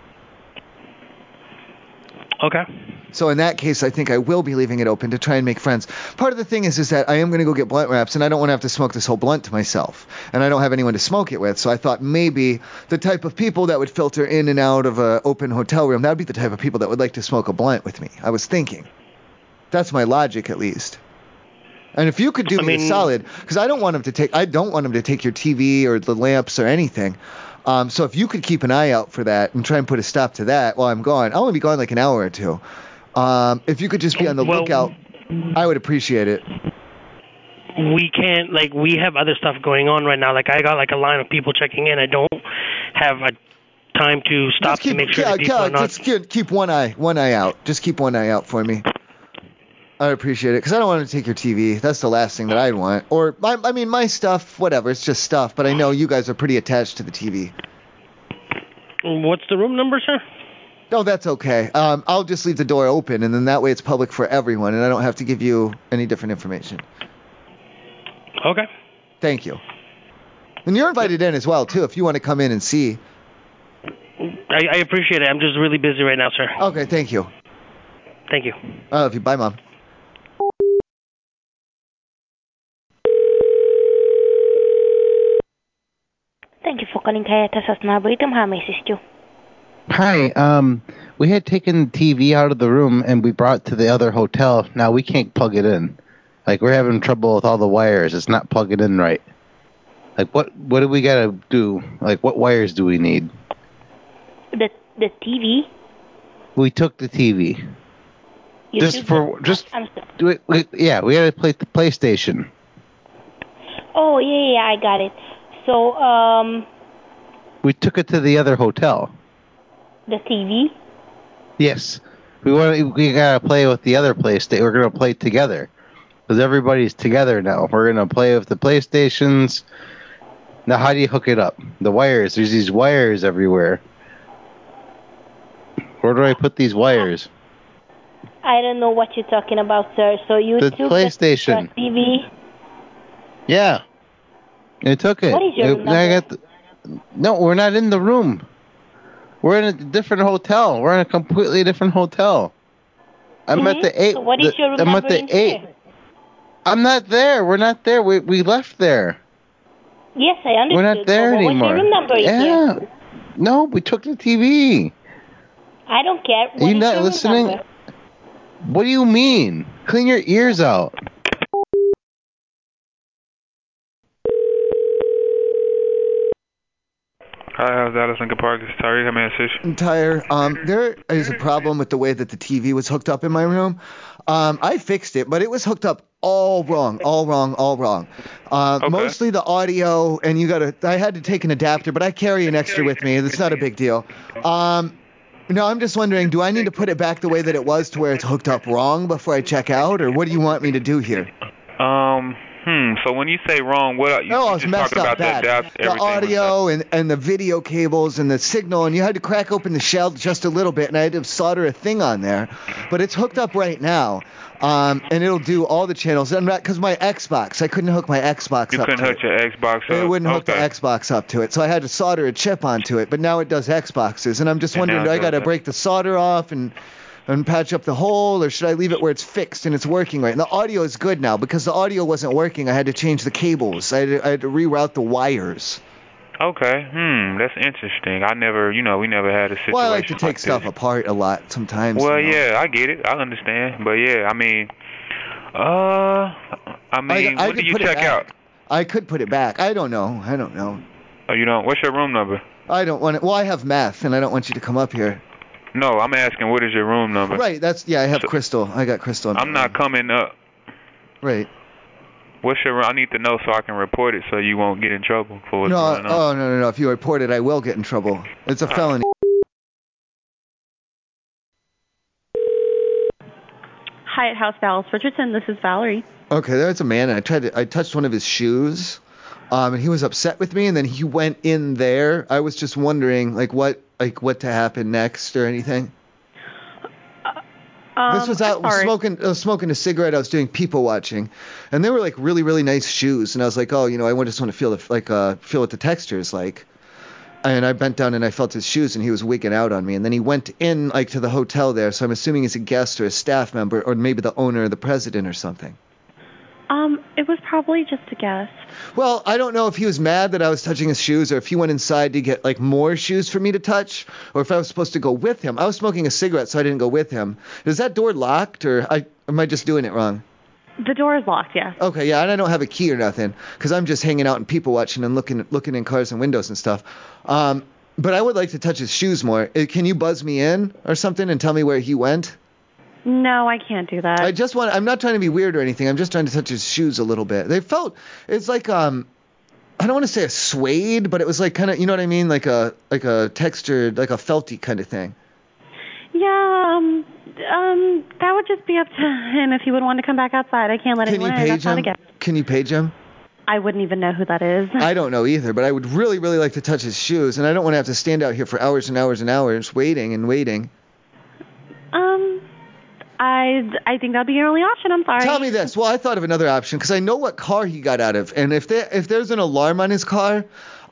S11: Okay.
S2: So in that case, I think I will be leaving it open to try and make friends. Part of the thing is, is that I am going to go get blunt wraps, and I don't want to have to smoke this whole blunt to myself, and I don't have anyone to smoke it with. So I thought maybe the type of people that would filter in and out of a open hotel room, that would be the type of people that would like to smoke a blunt with me. I was thinking. That's my logic, at least. And if you could do me a solid, because I don't want him to take, I don't want him to take your TV or the lamps or anything. Um, so if you could keep an eye out for that and try and put a stop to that while I'm gone, I'll only be gone like an hour or two. Um, if you could just be on the
S11: Well-
S2: lookout, I would appreciate it.
S11: We can't like we have other stuff going on right now. Like I got like a line of people checking in. I don't have a time to stop to make sure
S2: Yeah,
S11: that people
S2: yeah,
S11: are not
S2: just keep, keep one eye, one eye out. Just keep one eye out for me. I appreciate it because I don't want to take your TV. That's the last thing that I'd want. Or my, I mean, my stuff, whatever. It's just stuff. But I know you guys are pretty attached to the TV.
S11: What's the room number, sir?
S2: No, that's okay. Um, I'll just leave the door open, and then that way it's public for everyone, and I don't have to give you any different information.
S11: Okay.
S2: Thank you. And you're invited in as well, too, if you want to come in and see.
S11: I, I appreciate it. I'm just really busy right now, sir.
S2: Okay, thank you.
S11: Thank you.
S2: I love uh, you. Bye, Mom.
S15: Thank you for calling Kayatas Nabritum. How may I assist you?
S4: Hi. Um, we had taken the TV out of the room and we brought it to the other hotel. Now we can't plug it in. Like we're having trouble with all the wires. It's not plugging in right. Like what? What do we gotta do? Like what wires do we need?
S15: The the TV.
S4: We took the TV.
S15: You
S4: just
S15: took
S4: for
S15: the-
S4: just.
S15: I'm so-
S4: We, we, yeah, we gotta play the PlayStation.
S15: oh yeah, yeah, I got it. So um,
S4: We took it to the other hotel.
S15: the TV.
S4: Yes, we want. We gotta play with the other PlayStation. We're gonna play together because everybody's together now. We're gonna play with the PlayStations. Now, how do you hook it up? The wires. There's these wires everywhere. Where do I put these wires?
S15: I don't know what you're talking about, sir. So you
S4: The
S15: took
S4: PlayStation.
S15: the TV.
S4: Yeah. I took it.
S15: What is your
S4: I- I got the- no, we're not in the room. We're in a different hotel. We're in a completely different hotel. I'm at the
S15: Mm-hmm.
S4: eight.
S15: So what is
S4: the-
S15: your
S4: I'm at
S15: remembering
S4: the eight.
S15: here?
S4: I'm not there. We're not there. We we left there.
S15: Yes, I understood.
S4: We're not there
S15: but
S4: anymore.
S15: What's your room number
S4: yeah.
S15: here?
S4: No, we took the TV.
S15: I don't care.
S4: Are
S15: What
S4: you
S15: is
S4: not
S15: your room
S4: listening?
S15: number?
S4: What do you mean? Clean your ears out.
S16: Hi, how's Addison Park? This is Tyreek. How may I assist you?
S2: entire um there is a problem with the way that the TV was hooked up in my room. Um I fixed it, but it was hooked up all wrong, all wrong, all wrong. Uh, mostly the audio and you got to I had to take an adapter, but I carry an extra with me. It's not a big deal. Um no, I'm just wondering, do I need to put it back the way that it was to where it's hooked up wrong before I check out or what do you want me to do here?
S16: Um, hmm. So when you say wrong, what are you,
S2: No,
S16: you
S2: Oh, it's
S16: just
S2: messed
S16: talking about
S2: up bad.
S16: the adapt,
S2: the
S16: everything?
S2: audio and, and the video cables and the signal, and you had to crack open the shell just a little bit, and I had to solder a thing on there. But it's hooked up right now, um, and it'll do all the channels. And because my Xbox, I couldn't hook my Xbox
S16: You
S2: up.
S16: couldn't
S2: to
S16: hook your Xbox up.
S2: it. It wouldn't hook
S16: okay.
S2: the Xbox up to it, so I had to solder a chip onto it. But now it does Xboxes, and I'm just
S16: And
S2: wondering,
S16: now
S2: do
S16: it
S2: I got to
S16: does it.
S2: break the solder off and and patch up the hole, or should I leave it where it's fixed and it's working right? And the audio is good now because the audio wasn't working. I had to change the cables. I had to, I had to reroute the wires.
S16: Okay. Hmm. That's interesting. I never, you know, we never had a situation.
S2: Well, I like to take
S16: this.
S2: stuff apart a lot sometimes.
S16: Well,
S2: you know.
S16: yeah, I get it. I understand. But yeah, I mean, uh, I mean,
S2: I
S16: what do
S2: could
S16: you
S2: put it
S16: check
S2: back.
S16: out?
S2: I could put it back. I don't know. I don't know.
S16: Oh, you don't. What's your room number?
S2: I don't want it. Well, I have math, and I don't want you to come up here.
S16: No, I'm asking what is your room number?
S2: Right. That's yeah. I have crystal. I got crystal. in my
S16: I'm not coming up.
S2: Right.
S16: What's your? I need to know so I can report it, so you won't get in trouble for what's
S2: no,
S16: going on.
S2: oh no, no, no! If you report it, I will get in trouble. It's a felony.
S17: Hi at House Dallas Richardson. This is Valerie.
S2: Okay, there's a man, and I tried to, I touched one of his shoes, um, and he was upset with me, and then he went in there. I was just wondering, like, what, like, what to happen next or anything.
S17: Um,
S2: this was out
S17: sorry.
S2: smoking uh, smoking a cigarette. I was doing people watching, and they were like really really nice shoes. And I was like, oh, you know, I wa- just want to feel the like uh, feel what the texture is like. And I bent down and I felt his shoes, and he was wigging out on me. And then he went in like to the hotel there, so I'm assuming he's a guest or a staff member, or maybe the owner or the president or something.
S17: Um, it was probably just a guess.
S2: Well, I don't know if he was mad that I was touching his shoes, or if he went inside to get like more shoes for me to touch, or if I was supposed to go with him. I was smoking a cigarette, so I didn't go with him. Is that door locked, or I, am I just doing it wrong?
S17: The door is locked. Yeah.
S2: Okay, yeah, and I don't have a key or nothing because I'm just hanging out and people watching and looking looking in cars and windows and stuff. Um, but I would like to touch his shoes more. Uh, Can you buzz me in or something and tell me where he went?
S17: No, I can't do that.
S2: I just want. I'm not trying to be weird or anything. I'm just trying to touch his shoes a little bit. They felt. It's like um. I don't want to say a suede, but it was like kind of, you know what I mean, like a like a textured, like a felty kind of thing.
S17: yeah. Um. Um. That would just be up to him if he would want to come back outside. I can't let
S2: Can you
S17: anyone in. That's
S2: page
S17: not a
S2: him?
S17: guess.
S2: Can you page him?
S17: I wouldn't even know who that is.
S2: I don't know either, but I would really, really like to touch his shoes, and I don't want to have to stand out here for hours and hours and hours waiting and waiting.
S17: Um. I I think that'd be your only option. Um, I'm sorry.
S2: Tell me this. Well, I thought of another option because I know what car he got out of, and if there if there's an alarm on his car,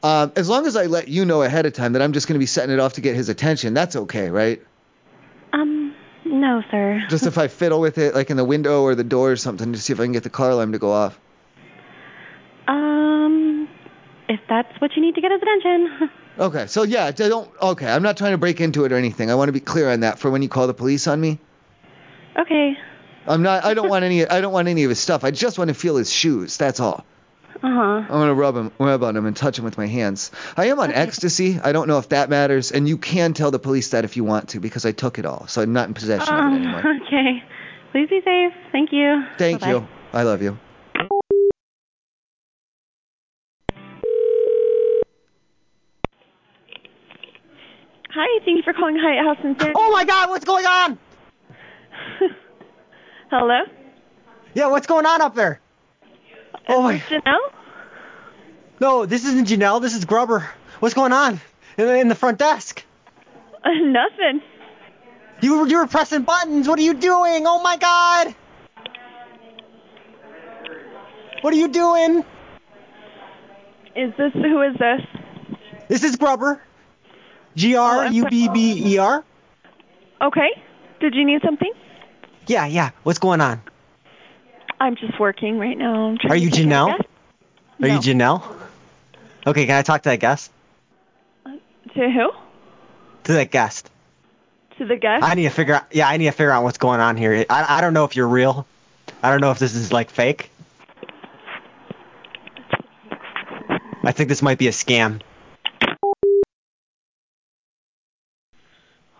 S2: um, as long as I let you know ahead of time that I'm just going to be setting it off to get his attention, that's okay, right?
S17: Um. No, sir.
S2: Just if I fiddle with it, like in the window or the door or something, to see if I can get the car alarm to go off.
S17: Um. If that's what you need to get his attention.
S2: Okay, so yeah, they don't. Okay, I'm not trying to break into it or anything. I want to be clear on that for when you call the police on me.
S17: Okay.
S2: I'm not. I don't want any. I don't want any of his stuff. I just want to feel his shoes. That's all.
S17: Uh
S2: I want to rub him, rub on him, and touch him with my hands. I am on ecstasy. I don't know if that matters, and you can tell the police that if you want to, because I took it all, so I'm not in
S17: huh.
S2: possession of it
S17: Um,
S2: anymore.
S17: okay. Please be safe. Thank you.
S2: Thank
S17: Bye-bye.
S2: you. I love you.
S17: Hi, thank you for calling Hyatt House and Sandy.
S24: Oh my God, what's going on?
S17: Hello?
S24: Yeah, what's going on up there? Oh my.
S17: Janelle?
S24: No, this isn't Janelle. This is Grubber. What's going on in the, in the front desk?
S17: Nothing.
S24: You were you were pressing buttons. What are you doing? Oh my God. What are you doing?
S17: Is this who is this?
S24: This is Grubber. G R U B B E R.
S17: Okay. Did you need something?
S24: Yeah, yeah. What's going on?
S17: I'm just working right now. I'm trying
S24: Are
S17: to
S24: you
S17: take
S24: Janelle?
S17: out a
S24: Are you Janelle? Okay, can I talk to that guest?
S17: guest. To who?
S24: To that guest.
S17: To the guest?
S24: I need to figure out. Yeah, I need to figure out what's going on here. I, I don't know if you're real. I don't know if this is like fake. I think this might be a scam.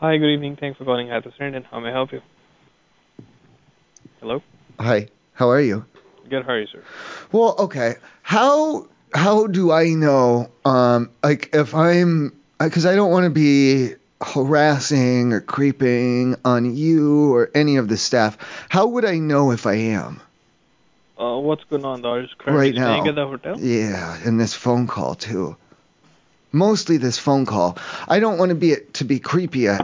S6: Hi, good evening. Thanks for calling Athos and how may I help you? Hello?
S2: Hi. How are you?
S6: Good, how are you, sir?
S2: Well, okay. How how do I know um like if I'm cuz I don't want to be harassing or creeping on you or any of the staff. How would I know if I am
S6: Uh, what's going on? Are you currently
S2: right now?
S6: staying at the hotel?
S2: Yeah, and this phone call too. Mostly this phone call. I don't want to be to be creepy. I-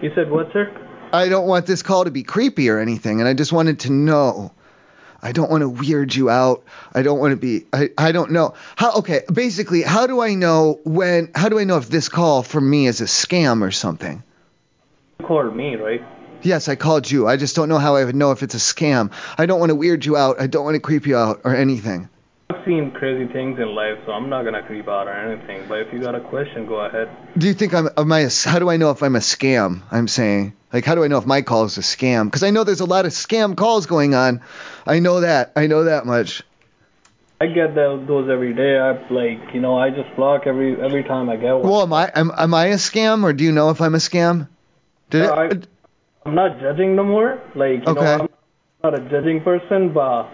S6: You said what, sir?
S2: I don't want this call to be creepy or anything, and I just wanted to know. I don't want to weird you out. I don't want to be. I, I don't know. How? Okay. Basically, how do I know when? How do I know if this call from me is a scam or something?
S6: You called me, right?
S2: Yes, I called you. I just don't know how I would know if it's a scam. I don't want to weird you out. I don't want to creep you out or anything.
S6: I've seen crazy things in life, so I'm not gonna creep out or anything. But if you got a question, go ahead.
S2: Do you think I'm? Am I? a s- How do I know if I'm a scam? I'm saying. Like, how do I know if my call is a scam? Because I know there's a lot of scam calls going on. I know that. I know that much.
S6: I get tho- those every day. I like, you know, I just block every every time I get one.
S2: Well, am I am, am I a scam or do you know if I'm a scam? Did it,
S6: I, I'm not judging no more. Like, you
S2: Okay.
S6: know, I'm not a judging person, but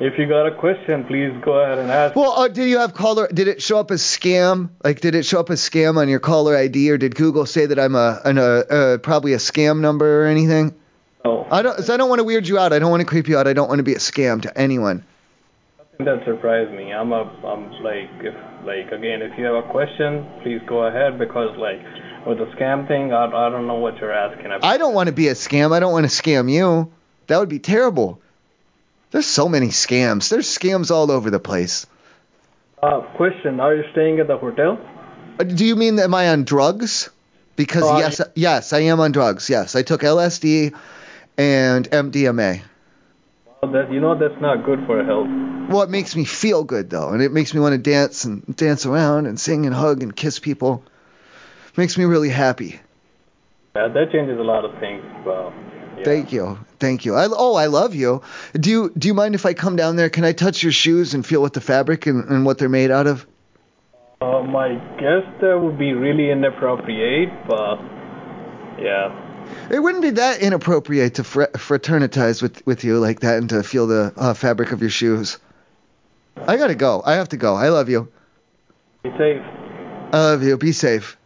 S6: if you got a question, please go ahead and ask.
S2: well, uh, did you have caller? Did it show up as scam? Like, did it show up as scam on your caller ID, or did Google say that I'm a, an, uh uh probably a scam number or anything?
S6: No.
S2: I don't. 'cause I don't want to weird you out. I don't want to creep you out. I don't want to be a scam to anyone.
S6: That surprised me. I'm a, I'm like, if like again, if you have a question, please go ahead because like with the scam thing, I, I don't know what you're asking. about.
S2: I don't want to be a scam. I don't want to scam you. That would be terrible. There's so many scams. There's scams all over the place.
S6: Uh, question: Are you staying at the hotel?
S2: Uh, Do you mean am I on drugs? Because
S6: Oh, I-
S2: yes, yes, I am on drugs. Yes, I took LSD and MDMA.
S6: Oh, that you know that's not good for health.
S2: Well, it makes me feel good though, and it makes me want to dance and dance around and sing and hug and kiss people. makes me really happy.
S6: Yeah, Uh, that changes a lot of things. But
S2: Thank you, thank you. I, oh, I love you. Do you do you mind if I come down there? Can I touch your shoes and feel what the fabric and, and what they're made out of?
S6: uh, my guess that would be really inappropriate. But yeah,
S2: It wouldn't be that inappropriate to fr- fraternize with, with you like that and to feel the uh, fabric of your shoes. I gotta go. I have to go. I love you.
S6: be safe.
S2: I love you. Be safe.